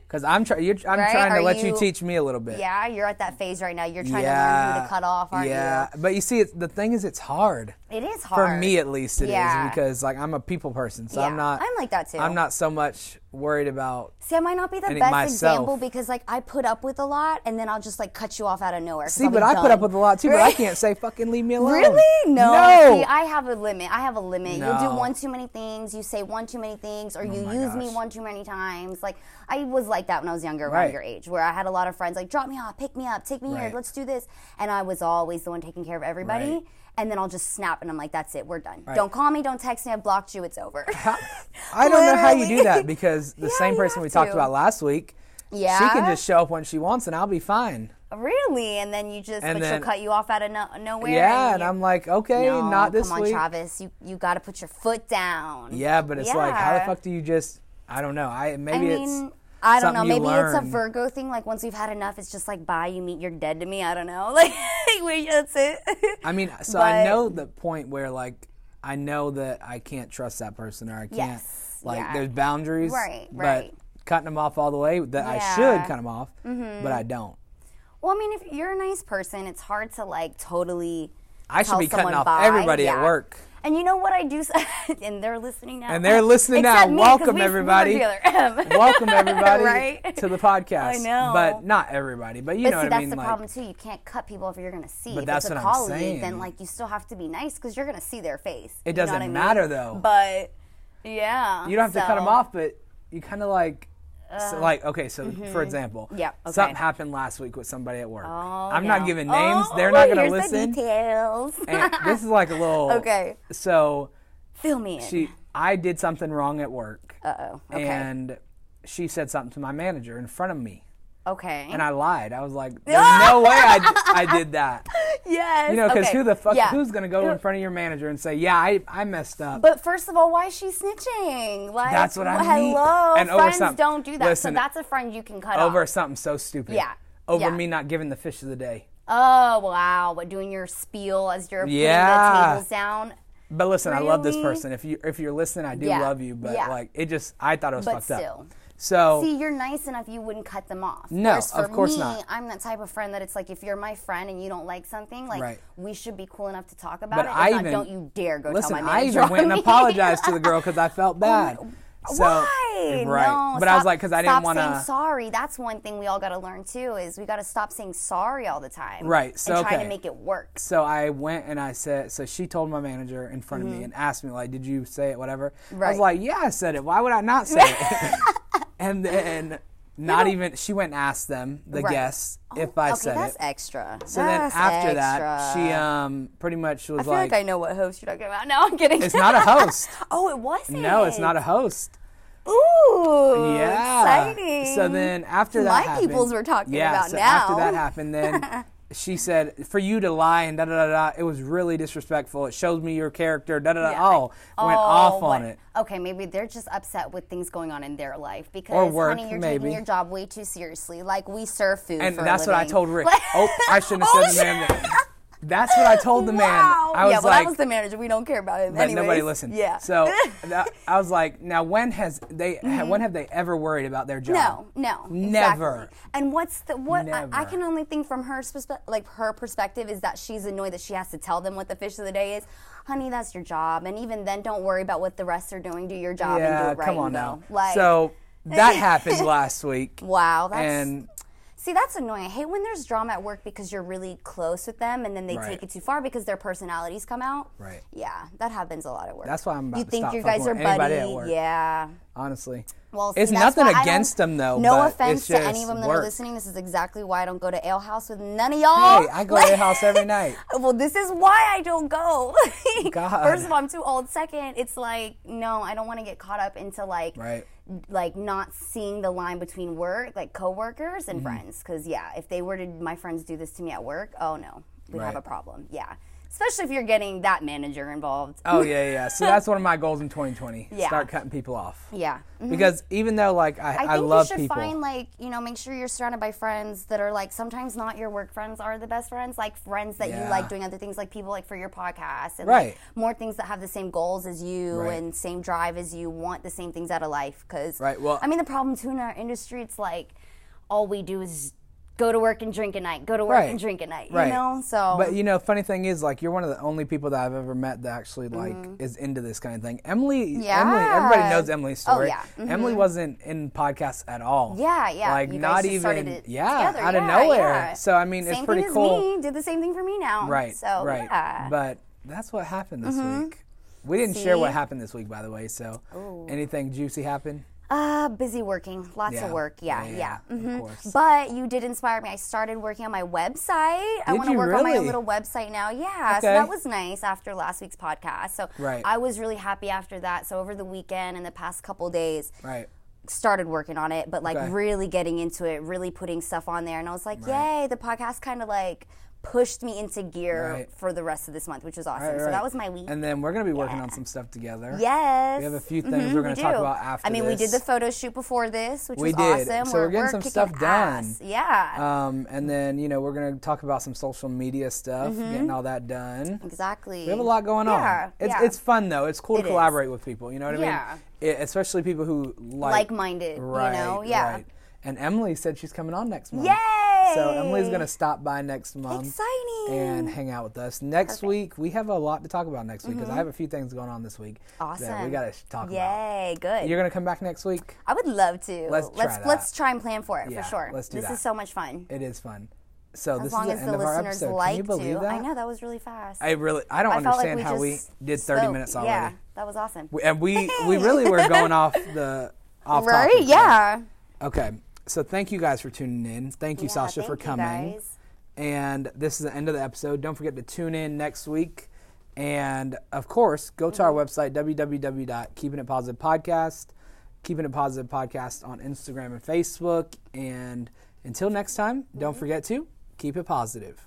[SPEAKER 2] Cuz I'm try- you're, I'm
[SPEAKER 3] Right?
[SPEAKER 2] trying to
[SPEAKER 3] Are
[SPEAKER 2] let you,
[SPEAKER 3] you-
[SPEAKER 2] teach me a little bit.
[SPEAKER 3] yeah you're at that phase right now you're trying to learn who to cut off aren't
[SPEAKER 2] yeah. But you see it's, the thing is it's hard.
[SPEAKER 3] you it is hard
[SPEAKER 2] For me, at least, it is
[SPEAKER 3] Yeah.
[SPEAKER 2] because like I'm a people person, so I'm
[SPEAKER 3] Yeah.
[SPEAKER 2] not.
[SPEAKER 3] I'm like that, too.
[SPEAKER 2] I'm not so much worried about.
[SPEAKER 3] see i might not be the
[SPEAKER 2] And it
[SPEAKER 3] best
[SPEAKER 2] myself.
[SPEAKER 3] example because like i put up with a lot and then i'll just like cut you off out of nowhere 'cause
[SPEAKER 2] See,
[SPEAKER 3] I'll be
[SPEAKER 2] but I put
[SPEAKER 3] done.
[SPEAKER 2] up with a lot too. But I
[SPEAKER 3] Right?
[SPEAKER 2] can't say fucking leave me alone.
[SPEAKER 3] Really? No.
[SPEAKER 2] No.
[SPEAKER 3] See, I have a limit. I have a limit. You'll
[SPEAKER 2] No. Oh
[SPEAKER 3] do one too many things. You say one too many things, or you use me
[SPEAKER 2] gosh.
[SPEAKER 3] one too many times. Like I was like that when I was younger, around
[SPEAKER 2] Right.
[SPEAKER 3] your age, where I had a lot of friends like drop me off, pick me up, take me here,
[SPEAKER 2] Right.
[SPEAKER 3] let's do this, and I was always the one taking care of everybody.
[SPEAKER 2] Right.
[SPEAKER 3] And then I'll just snap, and I'm like, "That's it, we're done. Don't call me, don't text me. I've blocked you. It's over."
[SPEAKER 2] I don't know how you do
[SPEAKER 3] Literally.
[SPEAKER 2] that because the
[SPEAKER 3] Yeah,
[SPEAKER 2] same
[SPEAKER 3] you
[SPEAKER 2] person
[SPEAKER 3] have
[SPEAKER 2] we talked
[SPEAKER 3] to.
[SPEAKER 2] about last week, she can
[SPEAKER 3] Yeah?
[SPEAKER 2] just show up when she wants and I'll be fine.
[SPEAKER 3] really? And then you just,
[SPEAKER 2] And
[SPEAKER 3] but
[SPEAKER 2] then-
[SPEAKER 3] she'll cut you off out of no- nowhere.
[SPEAKER 2] yeah,
[SPEAKER 3] then
[SPEAKER 2] and
[SPEAKER 3] you-
[SPEAKER 2] I'm like, okay,
[SPEAKER 3] no,
[SPEAKER 2] not this
[SPEAKER 3] come on,
[SPEAKER 2] week.
[SPEAKER 3] Travis. You you got to put your foot down.
[SPEAKER 2] Yeah, but it's like, how the
[SPEAKER 3] Yeah.
[SPEAKER 2] fuck do you just? I don't know. I
[SPEAKER 3] I
[SPEAKER 2] maybe
[SPEAKER 3] mean,
[SPEAKER 2] it's.
[SPEAKER 3] I don't know.
[SPEAKER 2] something you
[SPEAKER 3] Maybe it's a
[SPEAKER 2] learn.
[SPEAKER 3] Virgo thing. Like once we've had enough, it's just like bye. You meet, you're dead to me. I don't know. Like we- that's it.
[SPEAKER 2] I mean, so I
[SPEAKER 3] But-
[SPEAKER 2] know the point where like I know that I can't trust that person or I can't
[SPEAKER 3] Yes,
[SPEAKER 2] like
[SPEAKER 3] yeah.
[SPEAKER 2] there's boundaries,
[SPEAKER 3] Right,
[SPEAKER 2] But
[SPEAKER 3] right.
[SPEAKER 2] cutting them off all the way that I
[SPEAKER 3] Yeah. Mm-hmm.
[SPEAKER 2] should cut them off, but I don't.
[SPEAKER 3] well, I mean, if you're a nice person, it's hard to like totally.
[SPEAKER 2] I should
[SPEAKER 3] tell
[SPEAKER 2] be cutting
[SPEAKER 3] someone
[SPEAKER 2] off
[SPEAKER 3] bye.
[SPEAKER 2] everybody at
[SPEAKER 3] Yeah.
[SPEAKER 2] work.
[SPEAKER 3] And you know what I do? s- and they're listening now.
[SPEAKER 2] And they're listening now.
[SPEAKER 3] Except me, 'cause
[SPEAKER 2] Welcome,
[SPEAKER 3] we- we're
[SPEAKER 2] everybody.
[SPEAKER 3] together.
[SPEAKER 2] Welcome everybody
[SPEAKER 3] Right?
[SPEAKER 2] to the podcast.
[SPEAKER 3] I know.
[SPEAKER 2] but not everybody. But you
[SPEAKER 3] But
[SPEAKER 2] know
[SPEAKER 3] see,
[SPEAKER 2] what
[SPEAKER 3] that's
[SPEAKER 2] I mean.
[SPEAKER 3] the
[SPEAKER 2] like,
[SPEAKER 3] problem too. You can't cut people if you're going to see. But if
[SPEAKER 2] that's
[SPEAKER 3] it's a
[SPEAKER 2] what I'm
[SPEAKER 3] colleague,
[SPEAKER 2] saying.
[SPEAKER 3] Then like you still have to be nice because you're going to see their face.
[SPEAKER 2] It
[SPEAKER 3] You know what
[SPEAKER 2] doesn't
[SPEAKER 3] I mean?
[SPEAKER 2] matter, though.
[SPEAKER 3] But yeah,
[SPEAKER 2] you don't have to cut them
[SPEAKER 3] so-
[SPEAKER 2] off, but you kind of like. so like okay, so for example,
[SPEAKER 3] Yep, mm-hmm. okay.
[SPEAKER 2] something happened last week with somebody at work.
[SPEAKER 3] Oh,
[SPEAKER 2] I'm not
[SPEAKER 3] no.
[SPEAKER 2] giving names;
[SPEAKER 3] Oh,
[SPEAKER 2] they're not going to
[SPEAKER 3] here's The
[SPEAKER 2] listen.
[SPEAKER 3] details.
[SPEAKER 2] and this is like a little
[SPEAKER 3] Okay.
[SPEAKER 2] So
[SPEAKER 3] Fill me in.
[SPEAKER 2] she, I did something wrong at work,
[SPEAKER 3] Uh oh. Okay.
[SPEAKER 2] and she said something to my manager in front of me,
[SPEAKER 3] okay.
[SPEAKER 2] and I lied. I was like, "There's no way I, I did that."
[SPEAKER 3] yes.
[SPEAKER 2] You know, because
[SPEAKER 3] okay.
[SPEAKER 2] who the fuck,
[SPEAKER 3] Yeah.
[SPEAKER 2] who's gonna go in front of your manager and say, "Yeah, I, I messed up."
[SPEAKER 3] But first of all, why is she snitching? Like,
[SPEAKER 2] That's what I mean.
[SPEAKER 3] Hello,
[SPEAKER 2] And over
[SPEAKER 3] friends
[SPEAKER 2] some-
[SPEAKER 3] don't do that.
[SPEAKER 2] listen,
[SPEAKER 3] so that's a friend you can cut
[SPEAKER 2] over
[SPEAKER 3] off.
[SPEAKER 2] something so stupid.
[SPEAKER 3] Yeah,
[SPEAKER 2] Over
[SPEAKER 3] yeah.
[SPEAKER 2] me not giving the fish of the day.
[SPEAKER 3] Oh wow! What doing your spiel as you're putting
[SPEAKER 2] Yeah.
[SPEAKER 3] the tables down?
[SPEAKER 2] But listen, I love this
[SPEAKER 3] Really?
[SPEAKER 2] person. If you if you're listening, I do
[SPEAKER 3] Yeah.
[SPEAKER 2] love you. But
[SPEAKER 3] Yeah.
[SPEAKER 2] like, it just I thought it was
[SPEAKER 3] But
[SPEAKER 2] fucked up.
[SPEAKER 3] still.
[SPEAKER 2] So
[SPEAKER 3] See, you're nice enough you wouldn't cut them off.
[SPEAKER 2] Oh. No,
[SPEAKER 3] Whereas for
[SPEAKER 2] of course
[SPEAKER 3] me,
[SPEAKER 2] not.
[SPEAKER 3] I'm that type of friend that it's like if you're my friend and you don't like something, like
[SPEAKER 2] Right.
[SPEAKER 3] we should be cool enough to talk about
[SPEAKER 2] But
[SPEAKER 3] it. If
[SPEAKER 2] I
[SPEAKER 3] not,
[SPEAKER 2] even-
[SPEAKER 3] don't you dare go
[SPEAKER 2] listen,
[SPEAKER 3] tell my
[SPEAKER 2] I
[SPEAKER 3] manager.
[SPEAKER 2] even went and
[SPEAKER 3] on me. Oh,
[SPEAKER 2] apologized to the girl because I felt bad. So,
[SPEAKER 3] Why?
[SPEAKER 2] Right.
[SPEAKER 3] No,
[SPEAKER 2] but I was
[SPEAKER 3] stop-
[SPEAKER 2] like, because I didn't
[SPEAKER 3] stop
[SPEAKER 2] want
[SPEAKER 3] saying
[SPEAKER 2] to.
[SPEAKER 3] sorry. That's one thing we all got to learn too is we got to stop saying sorry all the time.
[SPEAKER 2] Right, so,
[SPEAKER 3] and trying
[SPEAKER 2] okay.
[SPEAKER 3] to make it work.
[SPEAKER 2] So I went and I said. So she told my manager in front of me and asked me like, "Did you say it? Whatever." I was
[SPEAKER 3] Mm-hmm. Right.
[SPEAKER 2] like, "Yeah, I said it. Why would I not say it?" and then not even she went and asked them the
[SPEAKER 3] Right. Oh,
[SPEAKER 2] guests if I
[SPEAKER 3] okay,
[SPEAKER 2] said
[SPEAKER 3] that's
[SPEAKER 2] it.
[SPEAKER 3] extra.
[SPEAKER 2] So then after that, she um pretty much was
[SPEAKER 3] I feel like, I know what host you're talking about. No, I'm kidding.
[SPEAKER 2] It's not a host.
[SPEAKER 3] oh, it wasn't.
[SPEAKER 2] No, it's not a host.
[SPEAKER 3] Ooh,
[SPEAKER 2] Yeah.
[SPEAKER 3] exciting.
[SPEAKER 2] So then after that
[SPEAKER 3] My
[SPEAKER 2] happened,
[SPEAKER 3] peoples we're talking
[SPEAKER 2] yeah,
[SPEAKER 3] about
[SPEAKER 2] so
[SPEAKER 3] now.
[SPEAKER 2] After that happened, then she said, "For you to lie and da da da da, it was really disrespectful. It showed me your character. Da da da.
[SPEAKER 3] Yeah.
[SPEAKER 2] Oh, went off
[SPEAKER 3] what-
[SPEAKER 2] on it.
[SPEAKER 3] Okay, maybe they're just upset with things going on in their life because
[SPEAKER 2] work,
[SPEAKER 3] honey, you're
[SPEAKER 2] maybe.
[SPEAKER 3] taking your job way too seriously. Like we serve food,
[SPEAKER 2] And
[SPEAKER 3] for a
[SPEAKER 2] that's what I
[SPEAKER 3] living.
[SPEAKER 2] told Rick.
[SPEAKER 3] Like-
[SPEAKER 2] oh, I shouldn't have
[SPEAKER 3] Oh,
[SPEAKER 2] said the man.
[SPEAKER 3] shit.
[SPEAKER 2] that- That's what I told the
[SPEAKER 3] Wow.
[SPEAKER 2] man. I was
[SPEAKER 3] yeah, well,
[SPEAKER 2] like,
[SPEAKER 3] that was the manager. We don't care about him.
[SPEAKER 2] but
[SPEAKER 3] Anyways.
[SPEAKER 2] nobody listened.
[SPEAKER 3] Yeah.
[SPEAKER 2] So that, I was like, now when has they? ha- When have they ever worried about their job?
[SPEAKER 3] Mm-hmm. No, no,
[SPEAKER 2] never.
[SPEAKER 3] exactly. And what's the what? I, I
[SPEAKER 2] Never.
[SPEAKER 3] can only think from her perspe- like her perspective is that she's annoyed that she has to tell them what the fish of the day is. Honey, that's your job, and even then, don't worry about what the rest are doing. Do your job and do
[SPEAKER 2] Yeah,
[SPEAKER 3] it right.
[SPEAKER 2] come on
[SPEAKER 3] and go.
[SPEAKER 2] now.
[SPEAKER 3] Like,
[SPEAKER 2] so that happened last week.
[SPEAKER 3] Wow, that's-
[SPEAKER 2] and
[SPEAKER 3] see, that's annoying. I hate when there's drama at work because you're really close with them, and then they
[SPEAKER 2] Right.
[SPEAKER 3] take it too far because their personalities come out.
[SPEAKER 2] Right.
[SPEAKER 3] Yeah, that happens a lot at work.
[SPEAKER 2] That's why I'm about
[SPEAKER 3] You
[SPEAKER 2] to
[SPEAKER 3] think
[SPEAKER 2] stop
[SPEAKER 3] you
[SPEAKER 2] fucking
[SPEAKER 3] guys are
[SPEAKER 2] with anybody at
[SPEAKER 3] buddy?
[SPEAKER 2] work.
[SPEAKER 3] Yeah.
[SPEAKER 2] honestly,
[SPEAKER 3] Well, see,
[SPEAKER 2] it's
[SPEAKER 3] that's
[SPEAKER 2] nothing
[SPEAKER 3] why I
[SPEAKER 2] against them
[SPEAKER 3] don't-
[SPEAKER 2] though.
[SPEAKER 3] No
[SPEAKER 2] but
[SPEAKER 3] offense
[SPEAKER 2] it's
[SPEAKER 3] to
[SPEAKER 2] just
[SPEAKER 3] any of them that
[SPEAKER 2] work.
[SPEAKER 3] are listening. This is exactly why I don't go to Ale House with none of y'all.
[SPEAKER 2] Hey, I go to Ale House every night.
[SPEAKER 3] well, this is why I don't go.
[SPEAKER 2] God.
[SPEAKER 3] First of all, I'm too old. Second, it's like no, I don't want to get caught up into like
[SPEAKER 2] Right.
[SPEAKER 3] like not seeing the line between work, like coworkers
[SPEAKER 2] Mm-hmm.
[SPEAKER 3] and friends. Because yeah, if they were to my friends do this to me at work, oh no, we would have
[SPEAKER 2] Right.
[SPEAKER 3] a problem. Yeah, especially if you're getting that manager involved.
[SPEAKER 2] Oh yeah, yeah. So that's one of my goals in 2020.
[SPEAKER 3] Yeah.
[SPEAKER 2] Start cutting people off.
[SPEAKER 3] Yeah.
[SPEAKER 2] Because even though like I,
[SPEAKER 3] I
[SPEAKER 2] I,
[SPEAKER 3] think
[SPEAKER 2] love
[SPEAKER 3] you should
[SPEAKER 2] people,
[SPEAKER 3] find like you know make sure you're surrounded by friends that are like sometimes not your work friends are the best friends like friends that you
[SPEAKER 2] Yeah.
[SPEAKER 3] like doing other things like people like for your podcast and
[SPEAKER 2] Right.
[SPEAKER 3] like, more things that have the same goals as you
[SPEAKER 2] Right.
[SPEAKER 3] and same drive as you want the same things out of life because
[SPEAKER 2] Right, well-
[SPEAKER 3] I mean the problem too in our industry it's like all we do is go to work and drink at night go to work
[SPEAKER 2] Right.
[SPEAKER 3] and drink at night
[SPEAKER 2] Right.
[SPEAKER 3] you know so
[SPEAKER 2] But you know, funny thing is, like, you're one of the only people that I've ever met that actually like is into this kind of thing. Emily, Emily, everybody
[SPEAKER 3] Mm-hmm. Yeah.
[SPEAKER 2] knows Emily's
[SPEAKER 3] Oh,
[SPEAKER 2] story.
[SPEAKER 3] yeah.
[SPEAKER 2] Emily wasn't in podcasts at all.
[SPEAKER 3] Yeah, yeah.
[SPEAKER 2] Like,
[SPEAKER 3] You guys
[SPEAKER 2] not
[SPEAKER 3] just started
[SPEAKER 2] even
[SPEAKER 3] it
[SPEAKER 2] yeah,
[SPEAKER 3] together.
[SPEAKER 2] out of
[SPEAKER 3] Yeah,
[SPEAKER 2] nowhere.
[SPEAKER 3] yeah.
[SPEAKER 2] So I mean, it's
[SPEAKER 3] same
[SPEAKER 2] pretty
[SPEAKER 3] thing
[SPEAKER 2] cool,
[SPEAKER 3] as me did the same thing for me now
[SPEAKER 2] right?
[SPEAKER 3] so
[SPEAKER 2] right.
[SPEAKER 3] yeah. Mm-hmm.
[SPEAKER 2] But that's what happened this week. We didn't share what
[SPEAKER 3] See?
[SPEAKER 2] happened this week, by the way. So anything juicy happen?
[SPEAKER 3] Uh, busy working, lots
[SPEAKER 2] Yeah.
[SPEAKER 3] of work. Yeah,
[SPEAKER 2] Yeah,
[SPEAKER 3] yeah.
[SPEAKER 2] yeah, of
[SPEAKER 3] mhm.
[SPEAKER 2] course.
[SPEAKER 3] But you did inspire me. I started working on my website. I
[SPEAKER 2] Did
[SPEAKER 3] want to
[SPEAKER 2] you
[SPEAKER 3] work on my
[SPEAKER 2] really?
[SPEAKER 3] little website now. Yeah, so
[SPEAKER 2] Okay.
[SPEAKER 3] that was nice after last week's podcast. So
[SPEAKER 2] Right.
[SPEAKER 3] I was really happy after that. So over the weekend and the past couple days,
[SPEAKER 2] Right.
[SPEAKER 3] started working on it, but like
[SPEAKER 2] Okay.
[SPEAKER 3] really getting into it, really putting stuff on there. And I was like,
[SPEAKER 2] Right.
[SPEAKER 3] yay, the podcast kind of like pushed me into gear
[SPEAKER 2] Right.
[SPEAKER 3] for the rest of this month, which was awesome.
[SPEAKER 2] Right,
[SPEAKER 3] So
[SPEAKER 2] right.
[SPEAKER 3] that was my week.
[SPEAKER 2] And then we're gonna be working on some stuff together.
[SPEAKER 3] Yes.
[SPEAKER 2] We have a few things we're
[SPEAKER 3] Mm-hmm. we
[SPEAKER 2] gonna
[SPEAKER 3] do.
[SPEAKER 2] talk about after
[SPEAKER 3] I mean, we did
[SPEAKER 2] this.
[SPEAKER 3] the photo shoot before this, which
[SPEAKER 2] We
[SPEAKER 3] was
[SPEAKER 2] did.
[SPEAKER 3] awesome.
[SPEAKER 2] So we're getting some
[SPEAKER 3] kicking
[SPEAKER 2] stuff done.
[SPEAKER 3] ass. Yeah.
[SPEAKER 2] Um, and then you know we're gonna talk about some social media stuff, getting all that done.
[SPEAKER 3] exactly.
[SPEAKER 2] Um, We have a lot going
[SPEAKER 3] Mm-hmm. Yeah,
[SPEAKER 2] on. It's
[SPEAKER 3] yeah.
[SPEAKER 2] it's fun though. It's cool
[SPEAKER 3] It
[SPEAKER 2] to
[SPEAKER 3] is.
[SPEAKER 2] collaborate with people. You know what I
[SPEAKER 3] Yeah.
[SPEAKER 2] mean? I- especially people who like
[SPEAKER 3] Like-minded, you
[SPEAKER 2] Right.
[SPEAKER 3] know? Yeah.
[SPEAKER 2] Right. And Emily said she's coming on next month.
[SPEAKER 3] Yay!
[SPEAKER 2] So Emily's gonna stop by next month.
[SPEAKER 3] Exciting.
[SPEAKER 2] And hang out with us next week. We have a lot to talk about next week because I have a few things going on this week. That we
[SPEAKER 3] Mm-hmm. Awesome.
[SPEAKER 2] gotta sh- talk about.
[SPEAKER 3] Yay, good.
[SPEAKER 2] You're gonna come back next week.
[SPEAKER 3] I would love to.
[SPEAKER 2] Let's try
[SPEAKER 3] let's,
[SPEAKER 2] that.
[SPEAKER 3] let's try and plan for it
[SPEAKER 2] Yeah,
[SPEAKER 3] for sure.
[SPEAKER 2] let's do
[SPEAKER 3] this
[SPEAKER 2] that.
[SPEAKER 3] is so much fun.
[SPEAKER 2] It is fun. So
[SPEAKER 3] As
[SPEAKER 2] this
[SPEAKER 3] long
[SPEAKER 2] is
[SPEAKER 3] as
[SPEAKER 2] the
[SPEAKER 3] the
[SPEAKER 2] end of our
[SPEAKER 3] listeners
[SPEAKER 2] episode. Can you
[SPEAKER 3] like
[SPEAKER 2] believe
[SPEAKER 3] to.
[SPEAKER 2] that?
[SPEAKER 3] I know that was really fast.
[SPEAKER 2] I really, I don't
[SPEAKER 3] I felt like
[SPEAKER 2] understand
[SPEAKER 3] we
[SPEAKER 2] how we
[SPEAKER 3] just
[SPEAKER 2] did 30
[SPEAKER 3] spoke.
[SPEAKER 2] minutes
[SPEAKER 3] Yeah,
[SPEAKER 2] already.
[SPEAKER 3] that was awesome.
[SPEAKER 2] And we, we really were going off the off
[SPEAKER 3] right?
[SPEAKER 2] topic.
[SPEAKER 3] yeah.
[SPEAKER 2] Okay. So thank you guys for tuning in. Thank you,
[SPEAKER 3] Yeah,
[SPEAKER 2] Sasha, for
[SPEAKER 3] thank you
[SPEAKER 2] coming.
[SPEAKER 3] guys.
[SPEAKER 2] And this is the end of the episode. Don't forget to tune in next week. And of course, go to our
[SPEAKER 3] Mm-hmm.
[SPEAKER 2] website, www.keeping it positive podcast, keeping it positive podcast on Instagram and Facebook. And until next time,
[SPEAKER 3] Mm-hmm.
[SPEAKER 2] don't forget to keep it positive.